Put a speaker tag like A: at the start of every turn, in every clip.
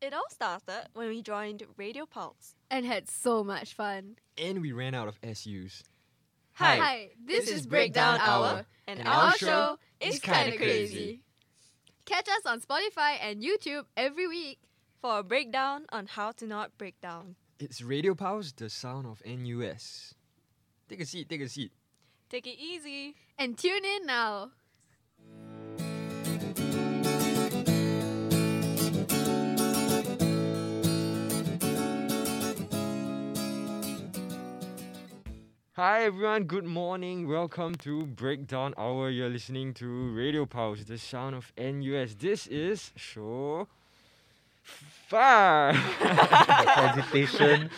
A: It all started when we joined Radio Pulse.
B: and had so much fun.
C: And we ran out of SUs.
A: Hi,
B: this,
C: this
B: is
C: is
B: Breakdown,
C: Breakdown
B: Hour,
C: Hour,
A: and,
C: and
A: our,
C: our
A: show
C: is
A: is
C: kinda
A: kinda crazy.
C: crazy.
B: Catch us on Spotify and YouTube every week.
A: For a breakdown on how to not break down,
C: It's Radio Pulse, the sound of NUS. Take a seat, take a seat.
A: take it easy.
B: And tune in now.
C: Hi everyone, good morning. Welcome to Breakdown Hour. You're listening to Radio Pulse, the sound of NUS. This is show five.
D: hesitation.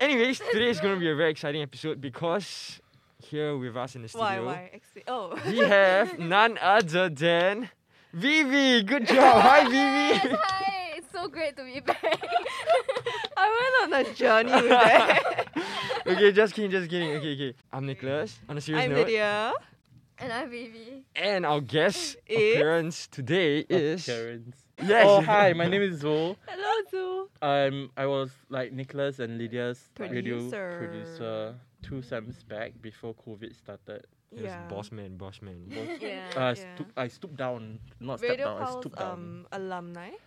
C: Anyways, today is going to be a very exciting episode because here with us in the studio,
A: Why, why? Exi- oh,
C: we have none other than Vivi. Good job. Hi,
B: Yes,
C: Vivi.
B: hi! It's so great to be back.
A: I went on a journey with that.
C: okay, just kidding, just kidding. Okay, okay. I'm Nicholas. On a serious
A: I'm
C: note,
A: Lydia.
B: and I'm Vivi.
C: and our guest
A: Is-
C: appearance today
D: Oh,
C: is
D: Appearance.
C: yes.
D: Oh hi, my name is Zo.
A: Hello, Zoo.
D: I'm I was like Nicholas and Lydia's radio
A: Producer.
D: producer two sems back before COVID started.
C: It was boss man, boss man.
D: Both-
B: Yeah.
D: Uh, stoop, I stooped down, not stepped
A: Radio
D: down. I
A: Pulse
D: stooped down.
A: um, alumni.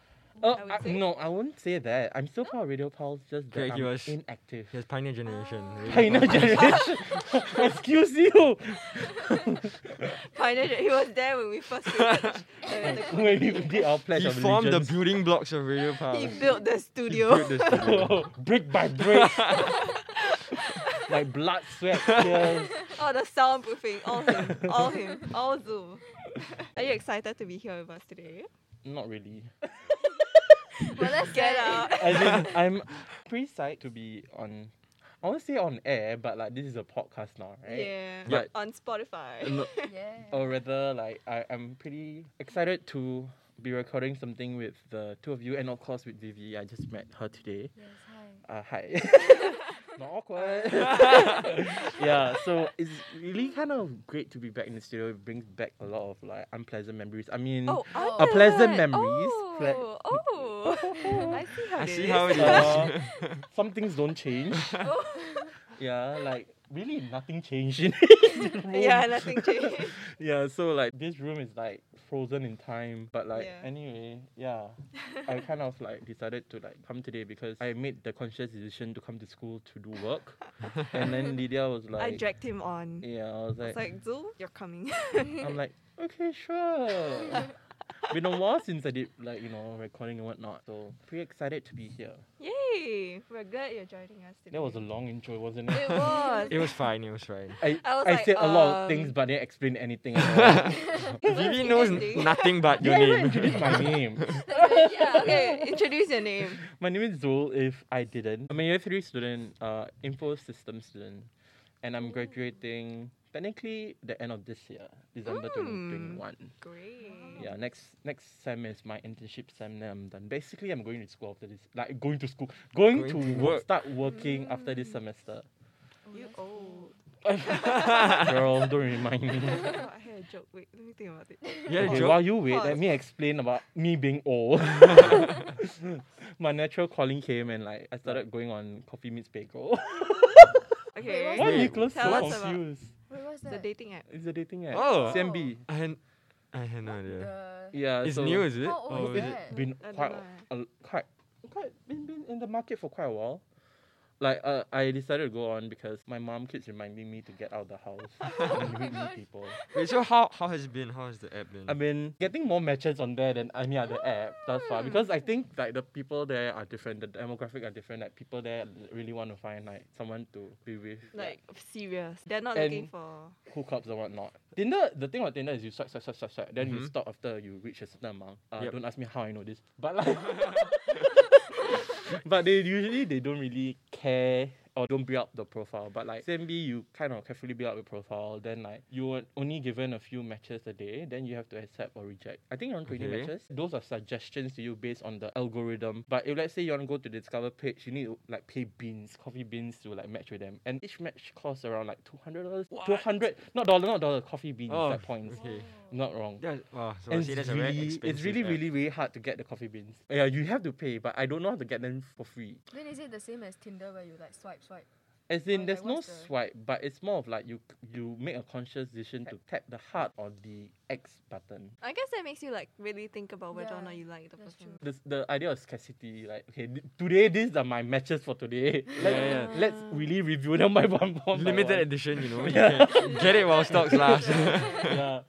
D: Uh,
A: I would
D: I-
A: say.
D: no, I wouldn't say that. I'm still part of Radio Pulse, just that
C: Okay,
D: I'm
C: he was-
D: inactive.
C: He was pioneer generation.
A: Ah.
C: really
D: Pioneer generation. Excuse you.
A: Pioneer, he was there when we first researched. and the-
D: when we did our pledge
C: He
D: of
C: formed the
D: allegiance.
C: building blocks of Radio Power.
A: he built Oh, the studio.
D: brick by brick. like blood, sweat, tears.
A: Oh, the soundproofing. All him. All him. All Zoom. Are you excited to be here with us today?
D: Not really.
B: Well, let's
A: Get out.
D: As in, I'm pretty psyched to be on. I want to say on air, but like this is a podcast now, right?
A: Yeah.
D: Yep.
A: On Spotify.
D: No-
B: Yeah.
E: Oh.
D: or rather, like I, I'm pretty excited to be recording something with the two of you, and of course with Vivi. I just met her today.
B: Yes, hi.
D: Uh, hi. Not awkward. yeah, so it's really kind of great to be back in the studio. It brings back a lot of like unpleasant memories. I mean,
A: Oh,
B: Oh.
A: Ahmed.
D: A pleasant memories. Ple-
A: Oh, oh. I see how
C: I
A: it
C: see
A: is.
C: how it
D: Uh,
C: is.
D: some things don't change.
A: Oh.
D: Yeah, like really nothing changed in the room.
A: yeah, nothing changed.
D: Yeah, so like this room is like frozen in time. But like
A: Yeah.
D: anyway, yeah. I kind of like decided to like come today because I made the conscious decision to come to school to do work. and then Lydia was
A: I
D: like
A: dragged him on.
D: Yeah, I was like,
A: It's like, Zul, you're coming.
D: I'm like, okay, sure. Been a while since I did like, you know, recording and whatnot. So pretty excited to be here.
A: Yay! We're glad you're joining us today.
D: That was a long intro, wasn't
A: It
D: it?
A: was.
C: it was fine, it was fine.
D: I,
A: I
D: I,
A: was like,
D: said a lot
A: um,
D: of things but didn't explain anything at all.
C: Vivi knows
A: Ending.
C: nothing but your
D: Yeah, you
C: name.
D: introduced my name.
A: yeah, okay, introduce your name.
D: My name is Zul, if I didn't. I'm a year three student, uh, info system student, and I'm graduating technically the end of this year, December
A: Mm.
D: 2021.
A: Great.
D: Yeah, next next sem is my internship sem, then I'm done. Basically, I'm going to school after this, like going to school, going,
C: Going
D: to,
C: to
D: work.
C: work.
D: start working after this semester.
A: You old.
D: Girl, don't remind me.
A: I had a joke. Wait, let me think about it.
C: Yeah,
D: Okay,
C: Joe.
D: while you wait,
A: Pause.
D: let me explain about me being old. my natural calling came and like I started going on coffee meets bagel.
A: Okay.
B: Wait,
D: Why
C: Wait,
D: Nicholas so
A: tell us about-
D: confused?
B: Wait, what's
A: The
B: that?
A: dating app.
D: It's a dating app.
C: Oh.
D: CMB.
C: I had, I had no idea.
B: The-
D: Yeah.
C: It's
D: so
C: new, is it?
B: How old
D: Oh,
C: Or
B: is
C: is
B: that?
C: it?
D: It's been
A: I don't
D: quite,
A: know.
D: a, quite, quite been been in the market for quite a while. Like uh, I decided to go on because my mom keeps reminding me to get out of the
A: Oh
D: house and meet new
B: gosh.
D: people.
C: Wait, so how, how has it been? How has the app been?
D: I've been getting more matches on there than any other app thus far because I think like the people there are different, the demographic are different. Like people there really want to find like someone to be with,
A: Like serious. They're not
D: And-
A: looking for.
D: hookups and whatnot. Tinder, the thing about Tinder is you swipe, swipe, swipe, swipe, swipe. Then
C: Mhm.
D: you stop after you reach a certain amount. Uh,
C: Yep.
D: Don't ask me how I know this, but like, but they usually they don't really care or don't build up the profile. But like CMB, you kind of carefully build up your profile. Then like you were only given a few matches a day. Then you have to accept or reject. I think around 20
C: Okay.
D: matches. Those are suggestions to you based on the algorithm. But if let's say you want to go to the Discover page, you need to like pay beans, coffee beans to like match with them. And each match costs around like two hundred dollars. Two hundred, not dollar, not dollar, coffee beans,
C: Oh,
D: like points.
C: okay.
D: I'm not wrong.
C: That, wow, so I
D: And
C: see
D: it's
C: that's a very
D: really,
C: expensive
D: it's really,
C: app.
D: really, really hard to get the coffee beans. Yeah, you have to pay, but I don't know how to get them for free.
E: Then is it the same as Tinder where you like swipe, swipe?
D: As in,
E: Or Oh, like,
D: there's no
E: what's the-
D: swipe, but it's more of like you you make a conscious decision to tap the heart or the X button.
A: I guess that makes you like really think about whether or
E: Yeah,
A: not you like the
E: that's
A: person.
E: true.
D: This, the idea of scarcity, like okay, th- today these are my matches for today. Let's,
C: Yeah,
A: yeah.
D: let's really review them by one. one by
C: Limited
D: one.
C: edition, you know. You can get it while stocks last.
D: yeah.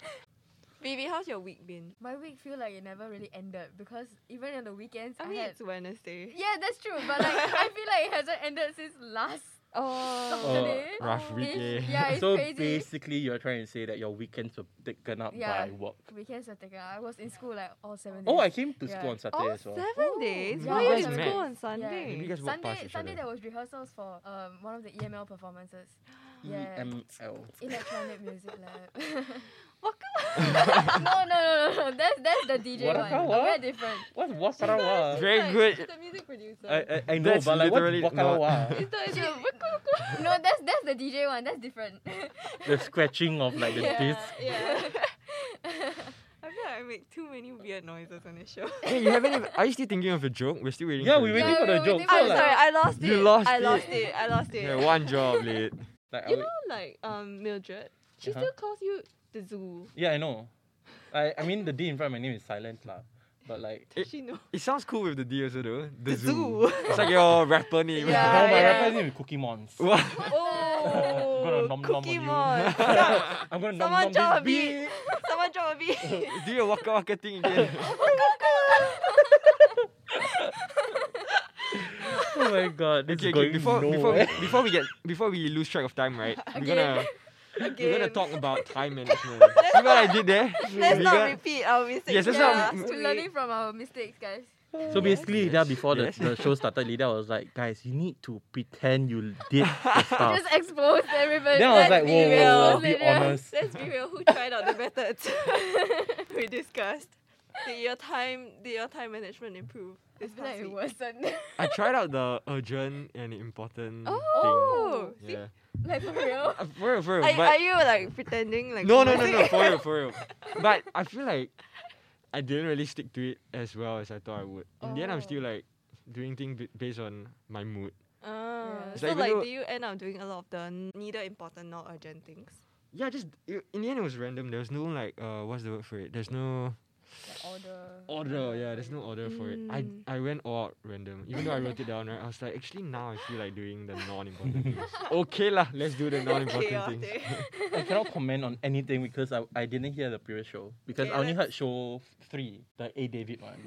A: Vivi, how's your week been?
E: My week feel like it never really ended because even on the weekends
A: I mean,
E: had
A: it's Wednesday.
E: Yeah, that's true. But like I feel like it hasn't ended since last
A: Oh,
E: Saturday.
C: Rough
E: It's-
C: eh. weekend.
E: Yeah, it's
D: So
E: crazy.
D: basically, you're trying to say that your weekends were taken up
E: Yeah.
D: by work.
E: Weekends are taken. I was in school like all seven days.
D: Oh, I came to
E: Yeah.
D: school on Saturday
A: all
D: as well.
A: seven days.
C: yeah.
A: Why are you
C: That's
A: in
C: mad.
A: school on
E: Yeah.
A: Sunday?
C: Maybe you guys walk past
E: Sunday,
C: each
E: Sunday
C: other.
E: there was rehearsals for um one of the EML performances.
D: E
E: Yeah.
D: EML.
E: Electronic music lab.
A: Walk
E: no, no, no, no, no. That's that's the DJ
D: What
E: one.
D: about
E: A
D: what?
E: bit different.
D: What's Wakarawa?
C: Very
A: like,
C: good.
A: she's The music producer.
D: I, I, I know,
C: That's
D: but like what's
C: literally not-
D: Wakarawa?
A: It's the- it's the-
E: No, that's that's the DJ one. That's different.
D: the scratching of like the
E: Yeah.
D: disc.
A: yeah. I feel like I make too many weird noises on this show.
C: hey, you haven't even. Are you still thinking of a joke? We're still waiting.
D: Yeah,
C: for
D: we
C: the
D: waiting
C: joke.
E: Yeah,
D: for the
E: we
D: joke.
E: waiting
D: so,
E: for
A: I'm
E: the
A: Oh,
D: like,
A: sorry, I lost it.
C: You lost
A: I
C: it.
A: lost it. I lost it.
C: Yeah, one job late.
D: like, I
A: You
D: wait-
A: know, like um Mildred, she
D: Uh-huh.
A: still calls you the zoo.
D: yeah, I know. I, I mean, the D in front of my name is silent lah, but like.
A: Does she know?
C: It sounds cool with the D also though.
A: The
C: The, zoo.
A: zoo.
C: it's like your rapper name.
A: Yeah,
D: no, my
A: yeah.
D: rapper name is Cookie Mons.
C: What?
A: Oh,
D: Gonna nom nom on
A: Cookie
D: you.
A: Mon.
D: I'm gonna nom nom
A: Someone drop
D: this
A: a
D: beat.
A: beat. Someone drop a beat.
C: Do your waka waka thing again.
D: Oh my god, this
C: okay, okay
D: is going
C: before before
D: nowhere.
C: we, before we get before we lose track of time, right? We're gonna we're gonna
A: Again.
C: talk about time management. See what I did there?
A: Let's
C: We
A: not
C: got-
A: repeat our mistakes.
C: Yes, let's
A: from
C: not-
A: last
E: We're
A: week.
E: learning from our mistakes, guys.
D: So basically,
C: Yes.
D: Lida, before the,
C: Yes.
D: the show started, Lida was like, guys, you need to pretend you did the stuff.
E: Just expose everybody.
D: Ah. then I
E: Let's
D: was like,
E: be
D: whoa, whoa, whoa,
E: real.
D: be honest.
A: Let's be real. Who tried out the methods we discussed? Did your time did your time management improve
E: I
A: this
E: feel
A: past
E: like it
A: week?
E: wasn't.
C: I tried out the urgent and important
A: Oh,
C: thing.
A: see,
C: Yeah.
E: like for real.
C: Uh, For real, for real.
A: are,
C: but
A: are you like pretending like
C: no, no, no, no, for real, for real. But I feel like I didn't really stick to it as well as I thought I would. In the end, I'm
A: Oh.
C: still like doing things b- based on my mood.
A: Ah,
E: Yeah.
C: It's
A: so
C: like
A: like,
C: even though-
A: do you end up doing a lot of the neither important nor urgent things?
C: Yeah, just i- in the end, it was random. There was no like, uh, what's the word for it? There's no order. Yeah, there's no order for it. I
A: Mm.
C: I went all out random. Even though I wrote it down, right? I was like, actually now I feel like doing the non-important things. Okay lah, let's do the non-important things.
A: Chaotic.
D: I cannot comment on anything because I, I didn't hear the previous show because I
A: Okay,
D: only heard
A: let's-
D: show three, the A David one.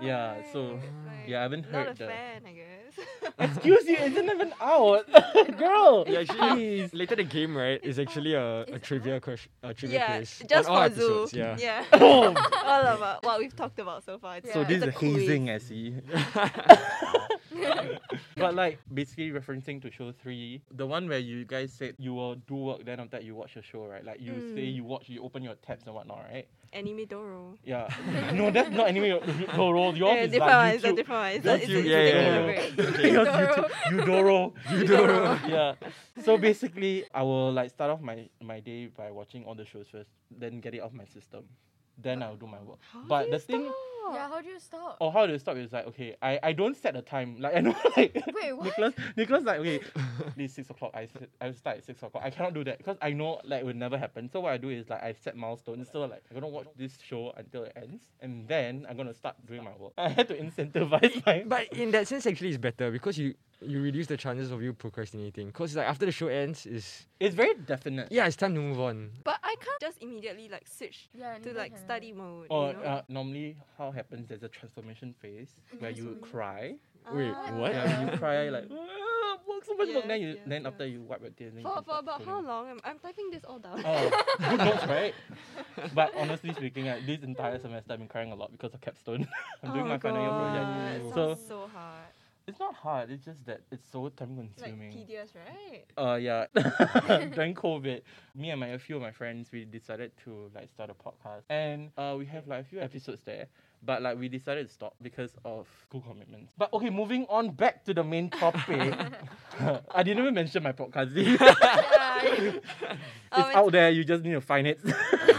D: yeah, so
A: Like,
D: yeah, I haven't
A: not a
D: heard the.
A: fan, I guess.
D: Excuse you, it's not even out, girl.
C: Yeah, actually,
D: please.
C: later the game right is actually a, a
E: It's
C: trivia question, a trivia
A: yeah,
C: quiz on
A: just
C: all
A: for zoo.
C: episodes, Yeah.
A: all about what we've talked about so far. It's,
D: So
E: Yeah.
D: this
A: it's
D: is
A: a quiz.
D: hazing, I see. but like basically referencing to show three, the one where you guys said you will do work, then after that you watch a show, right? Like you say
A: Mm.
D: you watch, you open your tabs and whatnot, right?
A: Anime Doro.
D: Yeah. no, that's not anyway your role. Yours
A: Eh,
D: is
A: different one.
D: like
A: It's a
D: YouTube.
A: different one. It's,
D: Don't
A: a, it's,
D: you-
A: a, it's
C: yeah,
A: a
C: yeah,
A: different
C: yeah.
A: one.
D: Yours YouTube. Eudoro.
A: Eudoro.
D: yeah. So basically, I will like start off my my day by watching all the shows first, then get it off my system, then I'll do my work. but the thing,
E: Yeah, how do you stop?
D: or how to stop is like okay, I I don't set a time. Like I know like
E: Wait, what?
D: Nicholas Nicholas like okay, it's six o'clock. I sit- I start at six o'clock. I cannot do that because I know like it will never happen. So what I do is like I set milestones. So like I'm gonna watch this show until it ends, and then I'm gonna start doing my work. I had to incentivize my.
C: But in that sense, actually, it's better because you you reduce the chances of you procrastinating. Cause like after the show ends, is
D: It's very definite.
C: yeah, it's time to move on.
A: But I can't just immediately like switch
E: Yeah,
A: to
E: neither
A: like
E: can I.
A: study mode.
D: Or
A: you know? Mm-hmm.
D: uh, normally, how happens? There's a transformation phase where you
E: Transformation.
D: cry.
C: Wait,
A: Ah.
C: what?
D: Yeah, when you cry like "Ah, work so much work. Then
A: Yes,
D: you
A: yes,
D: then
A: yes.
D: after you wipe your tears. then you
A: For,
D: can
A: for
D: start
A: about how
D: coding.
A: long? I'm, I'm typing this all down.
D: Oh, good notes, right? But honestly speaking, like, this entire semester I've been crying a lot because of capstone. I'm doing
A: Oh
D: my final year project.
A: God,
D: So
A: sounds so hard.
D: It's not hard. It's just that it's so time
A: Like
D: consuming.
A: tedious, right?
D: Uh yeah, during COVID, me and my a few of my friends we decided to like start a podcast, and uh we have like a few episodes there, but like we decided to stop because of school commitments. But okay, moving on back to the main topic. I didn't even mention my podcast. did I?
A: Yeah.
D: it's out there. You just need to find it,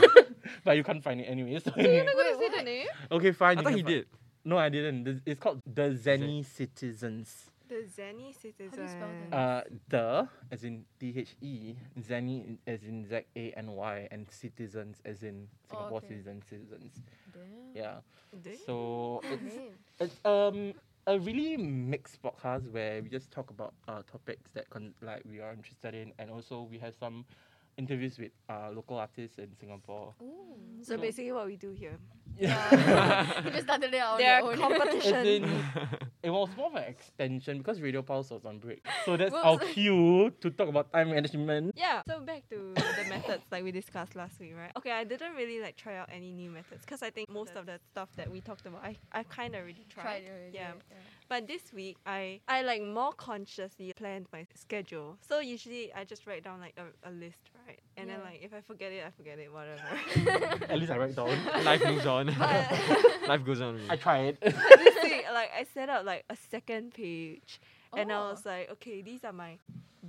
D: but you can't find it anyway. So anyway.
A: I'm not gonna
B: Wait,
A: say the
B: what?
A: name.
D: okay, fine.
C: I
D: you
C: thought
D: can
C: he
D: fi-
C: did.
D: No, I didn't. This- It's called the Zenny Citizens.
A: The Zenny Citizen.
E: spell that?
D: Uh, the as in T H E, Zenny as in Z A N Y, and citizens as in
E: Oh,
D: Singapore
E: okay. Oh.
D: citizen citizens.
B: Damn.
D: Yeah.
A: Damn.
D: So it's,
E: Name.
D: it's um a really mixed podcast where we just talk about uh topics that con- like we are interested in, and also we have some interviews with uh local artists in Singapore.
E: Ooh.
A: so basically, what we do here.
E: Oh. Yeah. you just started it out on
A: There are
E: your own.
D: As
A: competition.
D: in, it was more of an extension because Radio Pulse was on break. So that's
E: Whoops.
D: our cue to talk about time management.
A: Yeah. So back to the methods like we discussed last week, right? Okay, I didn't really like try out any new methods because I think most of the stuff that we talked about, I I kind of already tried.
E: Tried already.
A: Yeah.
E: right?
A: But this week, I I like more consciously planned my schedule. So usually, I just write down like a, a list, right? And then
E: Yeah.
A: like if I forget it, I forget it, whatever.
D: At least I write down.
C: Life moves on.
A: but
C: Life goes on. really.
D: I tried.
A: this week, like I set up like a second page, and I
E: Oh.
A: was like, okay, these are my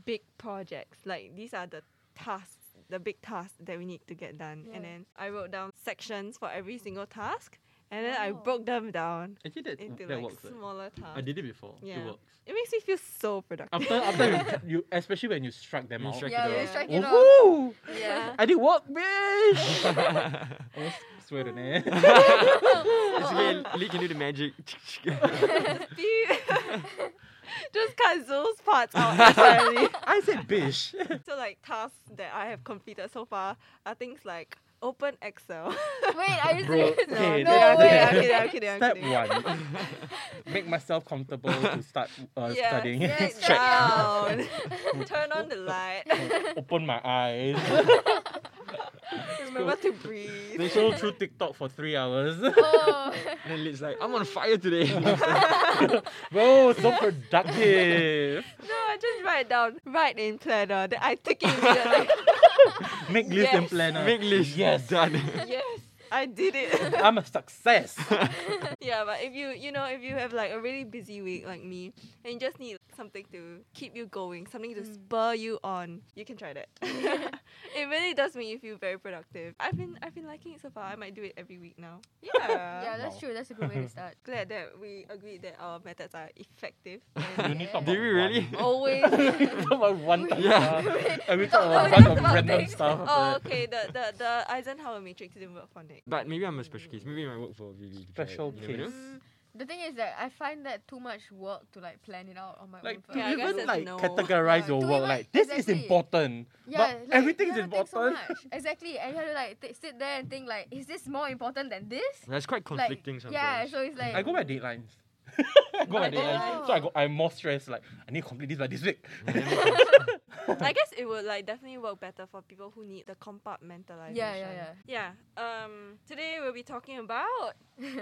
A: big projects. Like these are the tasks. The big tasks that we need to get done, and
E: Yeah.
A: then I wrote down sections for every single task, and then I
E: Wow.
A: broke them down
D: Actually, that,
A: into
D: that
A: like
D: works. right?
A: smaller tasks.
D: I did it before. It
A: Yeah.
D: works.
A: It makes me feel so productive.
D: After, after you, you, especially when you strike them
C: You
D: out.
C: strike
E: Yeah,
A: it
E: yeah.
A: out.
E: strike it off.
D: Woohoo!
E: Yeah.
D: I did work, bitch! I swear to name.
C: It's okay. Lee can do the magic.
A: Just cut those parts out entirely.
D: I said bish.
A: so like tasks that I have completed so far are things like open Excel.
E: Wait, are you
D: Bro,
E: serious?
D: okay,
E: no,
D: that-
A: wait,
E: no way.
A: I'm kidding, I'm kidding, I'm
D: Step
A: kidding.
D: one. Make myself comfortable to start uh,
A: Yeah,
D: studying.
E: yeah,
A: Sit
D: Check.
A: down. Turn on the light.
D: Open my eyes.
A: Remember to
D: they
A: breathe.
D: show through TikTok for three hours.
E: Oh.
C: and Lee's like, I'm on fire today.
D: Bro, so productive.
A: No, I just write down. Write in planner. Then I take it immediately.
D: Make list and
A: Yes.
D: planner.
C: Make Lee's
D: Yes.
C: done.
A: yes, I did it.
D: I'm a success.
A: Yeah, but if you you know if you have like a really busy week like me and you just need something to keep you going, something to
E: Mm.
A: spur you on, you can try that. it really does make you feel very productive. I've been I've been liking it so far. I might do it every week now. Yeah.
E: yeah, that's
D: Wow.
E: true. That's a good way to start.
A: Glad that we agreed that our methods are effective.
D: you
A: And
D: need to talk
C: Did
D: about
C: we really?
D: one. Oh.
A: always.
D: about one
E: We-
C: Yeah.
D: yeah. and we
E: we
D: talk
E: talked
D: about a
E: about
D: bunch of
E: different
D: random
E: things.
D: stuff.
A: Oh, okay. The the the Eisenhower matrix didn't work for Nick.
C: But maybe I'm a special case. Maybe I work for VV.
D: Special case.
E: Mm, the thing is that I find that too much work to like plan it out on my
D: Like
E: own.
D: to
A: Yeah, I
E: first.
A: guess
D: even
A: that's
D: like
A: no.
D: categorize
E: Yeah,
D: your
E: to
D: work
E: even-
D: like this is
E: exactly.
D: important.
E: Yeah,
D: but
E: like,
D: everything
E: you
D: is
E: have to think so
D: important.
E: much. exactly, and you have to like t- sit there and think like, is this more important than this?
C: That's quite
E: Like,
C: conflicting sometimes.
E: yeah, so it's like
D: I go by deadlines. go by
A: Oh.
D: deadlines. So I go I'm more stressed, like I need to complete this by this week.
A: I guess it would like definitely work better for people who need the compartmentalization.
E: Yeah, yeah,
A: yeah. Yeah. Um. Today we'll be talking about
C: okay,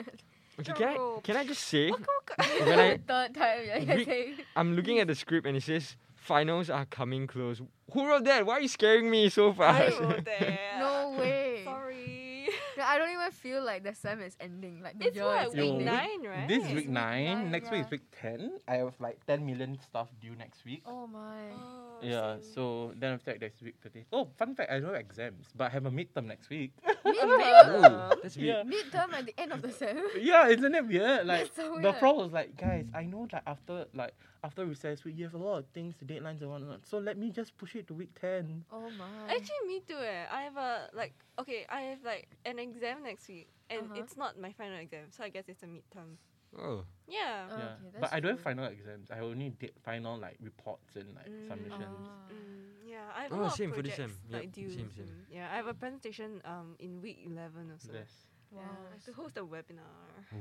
C: can I,
A: Jumbo.
C: can I just say, when I,
E: the third time. Yeah, yeah,
C: Greek-
E: saying-
C: I'm looking at the script and it says, finals are coming close. Who wrote that? Why are you scaring me so fast?
E: no way.
A: Sorry.
E: No, I don't even feel like the sem is ending. Like the
A: It's
E: year
A: what
E: is
A: week
D: Yo,
E: ending.
A: nine, right?
D: This is week
E: Week
D: nine.
E: nine,
D: Next week
E: yeah.
D: is week ten. I have like ten million stuff due next week.
E: Oh my.
A: Oh,
D: Yeah,
A: same.
D: so then after that there's week thirty. Oh, fun fact, I don't have exams, but I have a midterm next week.
A: Uh,
E: Midterm.
A: Uh-huh.
C: Ooh, that's weird.
D: yeah.
E: Midterm at the end of the sem.
D: Yeah, isn't it weird? Like
E: That's so
D: the
E: weird.
D: prof was like, guys, I know that after like after recess week you have a lot of things, deadlines and whatnot. So let me just push it to week ten.
E: Oh my.
A: Actually, me too. Eh. I have a like. Okay, I have like an exam next week, and
E: Uh-huh.
A: it's not my final exam, so I guess it's a midterm.
C: Oh,
A: Yeah.
E: Oh,
D: yeah,
E: okay,
D: but
E: that's
D: I don't have
E: true.
D: final exams. I only did final like reports and like
A: Mm.
D: submissions.
E: Ah.
A: Mm, yeah, I have a
C: Oh,
A: lot
C: same
A: of
C: for this
A: projects
C: sem. Yep,
A: like due.
C: same, same.
A: mm, Yeah, I have a presentation um in week eleven or so.
D: Yes.
A: Yeah,
E: Wow.
A: to host a webinar.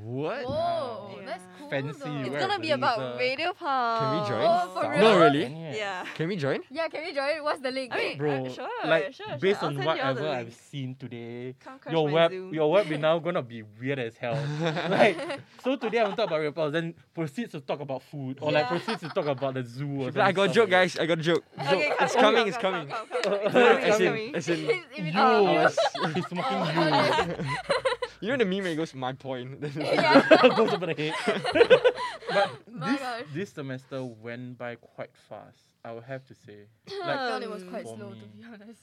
C: what?
E: Whoa, that's
A: Yeah.
E: cool. though.
D: fancy.
E: It's
D: wear
E: Where
A: It's
D: a
A: gonna be about
D: blazer.
A: radio pub.
C: uh, Can we join?
E: Oh, for
D: Sounds
E: real?
C: No,
D: like
C: really?
D: an ad.
A: Yeah.
C: Can we join?
E: Yeah, can we join? What's the link?
A: I mean,
D: Bro,
A: sure,
D: like
A: sure, sure.
D: based
A: I'll
D: on
A: send you all the
D: whatever I've
A: links.
D: seen today,
A: Come crush
D: your
A: my
D: web,
A: Zoom.
D: your web is now gonna be weird as hell. like, so today I'm talking about reptiles, then proceeds to talk about food, or like
A: Yeah.
D: proceeds to talk about the zoo. Or
C: But I got a
D: some stuff
C: joke,
D: like
C: guys. I got a joke.
A: Okay,
C: joke.
A: come,
C: It's
A: come,
C: coming.
A: come,
C: It's
A: come,
C: coming.
A: come, come, come. It's
D: No,
A: coming,
C: As
A: it's
C: in,
A: coming.
C: as in,
E: It's
D: that.
E: even
D: You,
E: out
A: Oh,
E: of you.
D: he's
E: Oh,
D: mocking you.
C: you know the meme where it goes, my point.
E: Yeah.
D: Goes over the head. but
E: My
D: this,
E: gosh.
D: this semester went by quite fast. I would have to say, like
E: I felt it was quite
D: for
E: slow
D: me.
E: to be honest.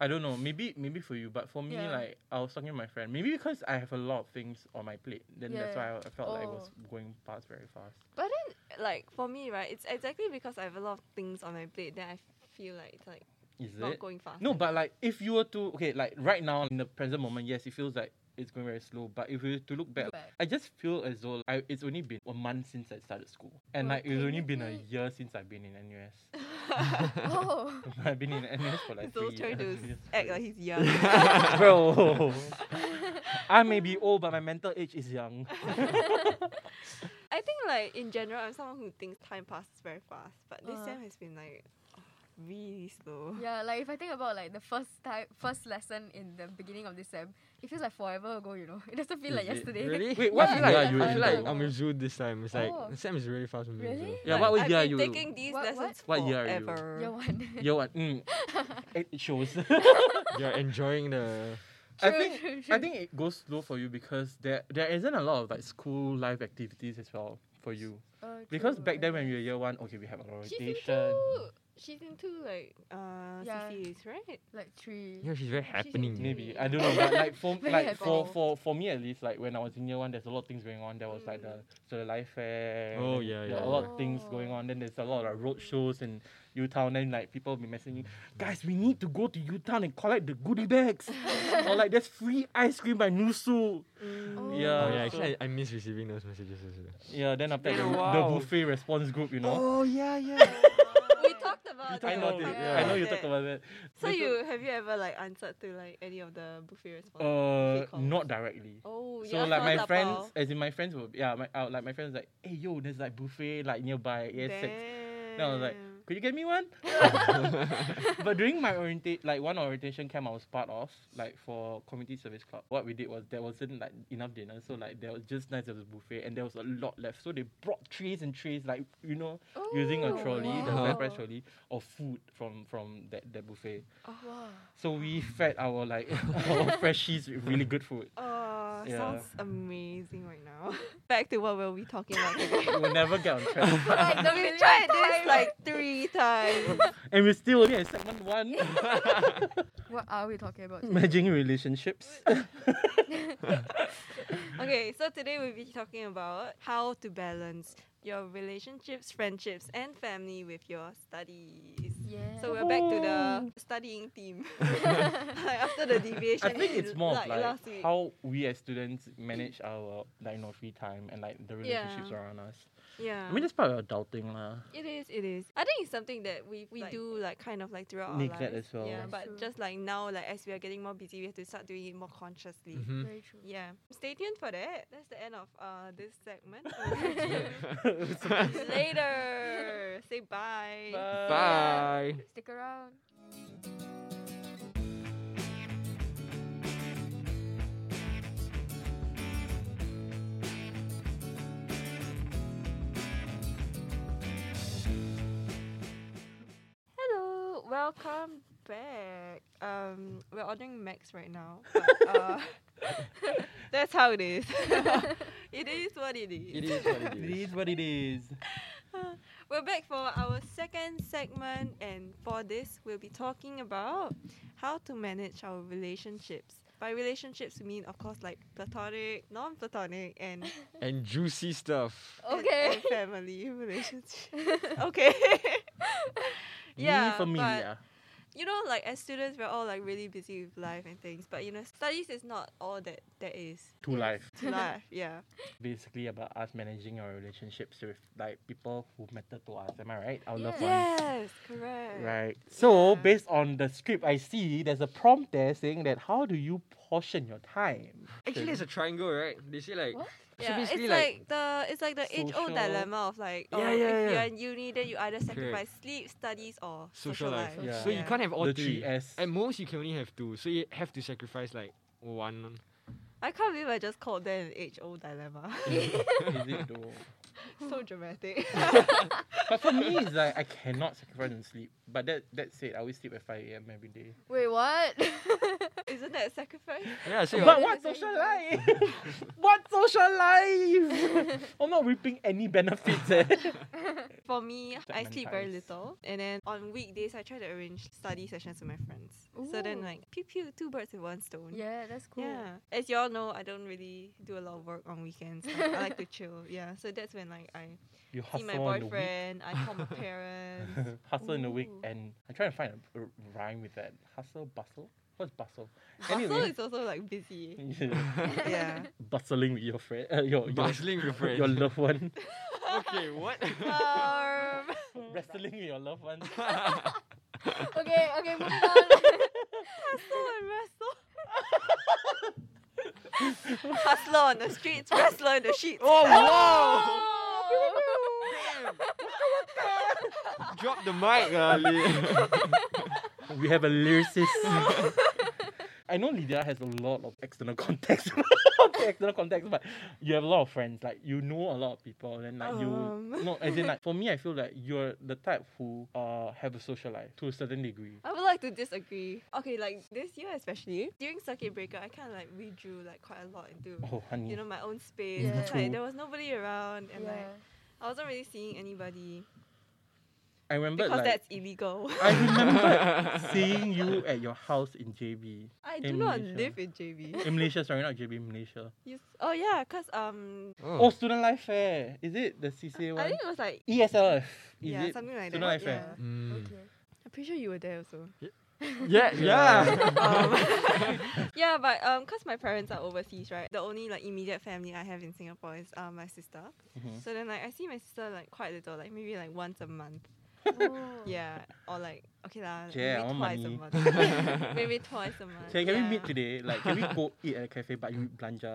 D: I don't know. Maybe maybe for you, but for me,
E: Yeah.
D: like I was talking to my friend. Maybe because I have a lot of things on my plate, then that's why I,
E: Yeah.
D: I felt like it was
E: Oh.
D: going past very fast.
A: But then, like for me, right? It's exactly because I have a lot of things on my plate that I feel like it's like
D: Is
A: not
D: it?
A: going fast.
D: No, but like if you were to okay, like right now in the present moment, yes, it feels like it's going very slow. But if you were to look back,
E: Back.
D: I just feel as though I, it's only been a month since I started school, and
E: Well,
D: like it's only been a
A: Mm-hmm.
E: technically-
D: year since I've been in NUS.
E: Oh,
D: I've been in NUS for like
A: He's always
D: three
A: trying to
D: years.
A: s- act like he's young.
D: Bro, I may be old, but my mental age is young.
A: I think like in general, I'm someone who thinks time passes very fast, but this
E: Uh.
A: time has been like really slow.
E: yeah. Like if I think about like the first time, first lesson in the beginning of this sem, it feels like forever ago. You know, it doesn't feel
D: Is
E: like
D: it?
E: yesterday.
C: really? I
D: Wait, what
C: feel
D: year are
C: like,
D: you
C: I feel
D: in,
C: like
D: though?
C: I'm in zoo this time. It's like,
E: Oh.
C: Sam is really fast with me. in
E: Really?
C: zoo.
D: Yeah, what
A: I've
D: year are
A: been
D: you?
A: taking these
E: What- what?
A: lessons
D: What year are you?
A: forever.
E: Year one.
D: Year one. Mm. It it shows.
C: You're enjoying the.
D: I
E: True,
D: think
E: true, true.
D: I think it goes slow for you because there there isn't a lot of like school life activities as well for you.
E: Oh,
D: Because
E: true,
D: back then when
E: okay.
D: we were year one, okay, we have an
A: She's into
D: orientation.
A: she's into like uh
E: Yeah.
A: CCAs, right?
E: like three.
C: Yeah, she's very happening.
D: Maybe I don't know, but like for
E: Very
D: like for,
E: helpful.
D: for for me at least, like when I was in year one, there's a lot of things going on. There was like the so the life fair.
C: Oh,
D: and
C: yeah,
D: there
C: yeah,
D: were A lot of things
E: yeah.
D: going on. Then there's a lot of road shows in U Town. Then like people be messaging, guys, we need to go to U Town and collect the goodie bags, or like there's free ice cream by Nusu.
A: Mm.
E: Oh.
C: Oh
D: Yeah.
C: yeah,
D: so-
C: actually I, I miss receiving those messages as well.
D: Yeah, then after
C: been
D: the,
C: a
D: the
C: while.
D: buffet response group, you know.
C: Oh, yeah, yeah.
A: We talked about that.
C: We talked
D: Oh, I know,
C: about it,
D: that-
C: yeah.
D: I know you
A: that.
D: talked about that.
A: So
D: Then
A: you have you ever like answered to like any of the buffet response?
D: Uh,
A: Buffet calls.
D: not directly.
A: oh
D: So
A: yeah.
D: like my
A: sounds
D: friends, as in my friends will yeah, my uh, like my friends like, hey yo, there's like buffet like nearby
A: about-
D: AS six. Then I was like,
A: Damn.
D: could you get me one? but during my orientation, like one orientation camp I was part of, like for community service club, what we did was there wasn't like enough dinner, so like there was just nice there was buffet and there was a lot left, so they brought trays and trays, like you know, using a
E: Oh,
D: trolley,
C: wow.
D: the FairPrice trolley, of food from from that the buffet.
E: Wow.
D: So we fed our like our freshies with really good food.
A: Oh,
D: Yeah.
A: sounds amazing right now. Back to what were we talking about today?
D: We will never get on track.
E: like the
A: we
E: million
A: tried this
E: time.
A: like three times.
D: and we're still only at segment one.
E: What are we talking about?
D: Managing relationships.
A: Okay, so today we'll be talking about how to balance your relationships, friendships, and family with your studies.
E: Yeah.
A: So we're back to the studying theme. like after the deviation,
D: I think it's more of
A: like,
D: like,
A: last week.
D: how we as students manage our like you know, free time and like the relationships
A: Yeah.
D: around us.
A: yeah.
D: I mean that's part of adulting lah.
A: It is, it is. I think it's something that we we
E: Like-
A: do like kind of like throughout
D: Neglect
A: our lives.
D: as well.
A: Yeah,
E: That's
A: but
E: true.
A: just like now, like as we are getting more busy, we have to start doing it more consciously.
D: Mm.
C: hmm
E: Very true.
A: Yeah. Stay tuned for that. That's the end of uh this segment. We'll catch you later. Say bye.
C: Bye.
E: Stick around.
A: Hello. Welcome back. Um we're ordering Max right now. But, uh, that's how it is. it is what it is.
C: It is what it
D: It
C: is.
D: is what it is.
A: We're back for our second segment, and for this, we'll be talking about how to manage our relationships. By relationships, we mean, of course, like platonic, non platonic, and, and-
C: And juicy stuff.
E: Okay.
A: and family relationships. okay.
D: Me
A: Yeah,
D: familia.
A: you know, like as students, we're all like really busy with life and things, but you know, studies is not all that there is
D: To life.
A: to life. Yeah.
D: Basically about us managing our relationships with like people who matter to us. Am I right? Our loved ones.
A: Yes, correct.
D: Right. So
A: Yeah.
D: based on the script I see, there's a prompt there saying that how do you portion your time?
C: Actually, there's a triangle, right? They say like
E: What?
C: So
A: Yeah,
C: basically,
A: it's
C: like,
A: like, the it's like the age old
D: social-
A: dilemma of like oh
C: Yeah, yeah,
A: if
C: yeah.
A: you're in uni then you either sacrifice sleep, studies or
C: social life.
D: Yeah.
C: So you can't have all
D: the
C: three.
D: GS.
C: At most, you can only have two. So you have to sacrifice like one.
A: I can't believe I just called that an age old dilemma.
D: Is it though?
A: so dramatic.
D: But for me, it's like I cannot sacrifice and sleep. But that that said, I always sleep at 5 a.m. every day.
E: Wait, what?
A: Isn't that a sacrifice?
C: Yeah. So
D: but
C: you're-
D: what social life? what social life? I'm not reaping any benefits. Eh.
A: For me,
D: That
A: I sleep very
D: mentalities.
A: little, and then on weekdays I try to arrange study sessions with my friends. So then
E: Ooh.
A: like pew pew, two birds with one stone.
E: yeah, that's cool.
A: Yeah. As y'all know, I don't really do a lot of work on weekends. I, I like to chill. Yeah. So that's when like I
D: You
A: see
D: hustle
A: my
D: on the week.
A: boyfriend, I call my parents.
D: hustle in the week,
E: Ooh.
D: and I'm trying to find a, a rhyme with that. Hustle, bustle. What's bustle?
A: Hustle is also like busy. yeah.
D: bustling with your friend, uh, your your,
C: Bustling with friends.
D: your loved one.
C: okay. What?
A: Um,
D: Wrestling with your loved one.
E: Okay, okay, moving on.
A: hustler on the streets, wrestler in the sheets.
C: oh wow!
E: Oh.
C: Drop the mic, uh, Ali.
D: we have a lyricist. I know Lydia has a lot of external contacts. okay, external contacts, but you have a lot of friends. Like you know a lot of people, and like you
A: Um.
D: no. As in, like for me, I feel like you're the type who uh have a social life to a certain degree.
A: I would like to disagree. Okay, like this year especially during circuit breaker, I kind of like withdrew like quite a lot into
D: Oh, honey.
A: you know my own space.
E: Yeah.
A: 'cause, like there was nobody around and
E: yeah.
A: like I wasn't really seeing anybody
D: I remember
A: because
D: like
A: that's illegal.
D: I remember seeing you at your house in JB.
A: I do
D: in
A: not
D: Malaysia.
A: live in JB.
D: In Malaysia, sorry, not JB, Malaysia.
A: You s- oh yeah, cause um
C: Hmm.
D: Oh, student life fair. Is it the CCA
A: I
D: one? E
A: think it was like
D: ESLF. Is
A: yeah
D: it?
A: something like
D: student
A: that.
D: life
A: Yeah.
D: fair.
C: Mm.
E: Okay.
A: I'm pretty sure you were there also.
C: Yeah, yeah.
A: Um, Yeah, but um, cause my parents are overseas, right? The only like immediate family I have in Singapore is um my sister.
D: Mhm.
A: So then like I see my sister like quite little, like maybe like once a month.
E: Oh.
A: Yeah, or like okay lah, like,
D: Yeah,
A: maybe
D: I want
A: twice
D: money.
A: a month. maybe twice a month.
D: So can
A: Uh, yeah.
D: we meet today? Like, can we go eat at a cafe but you blanja?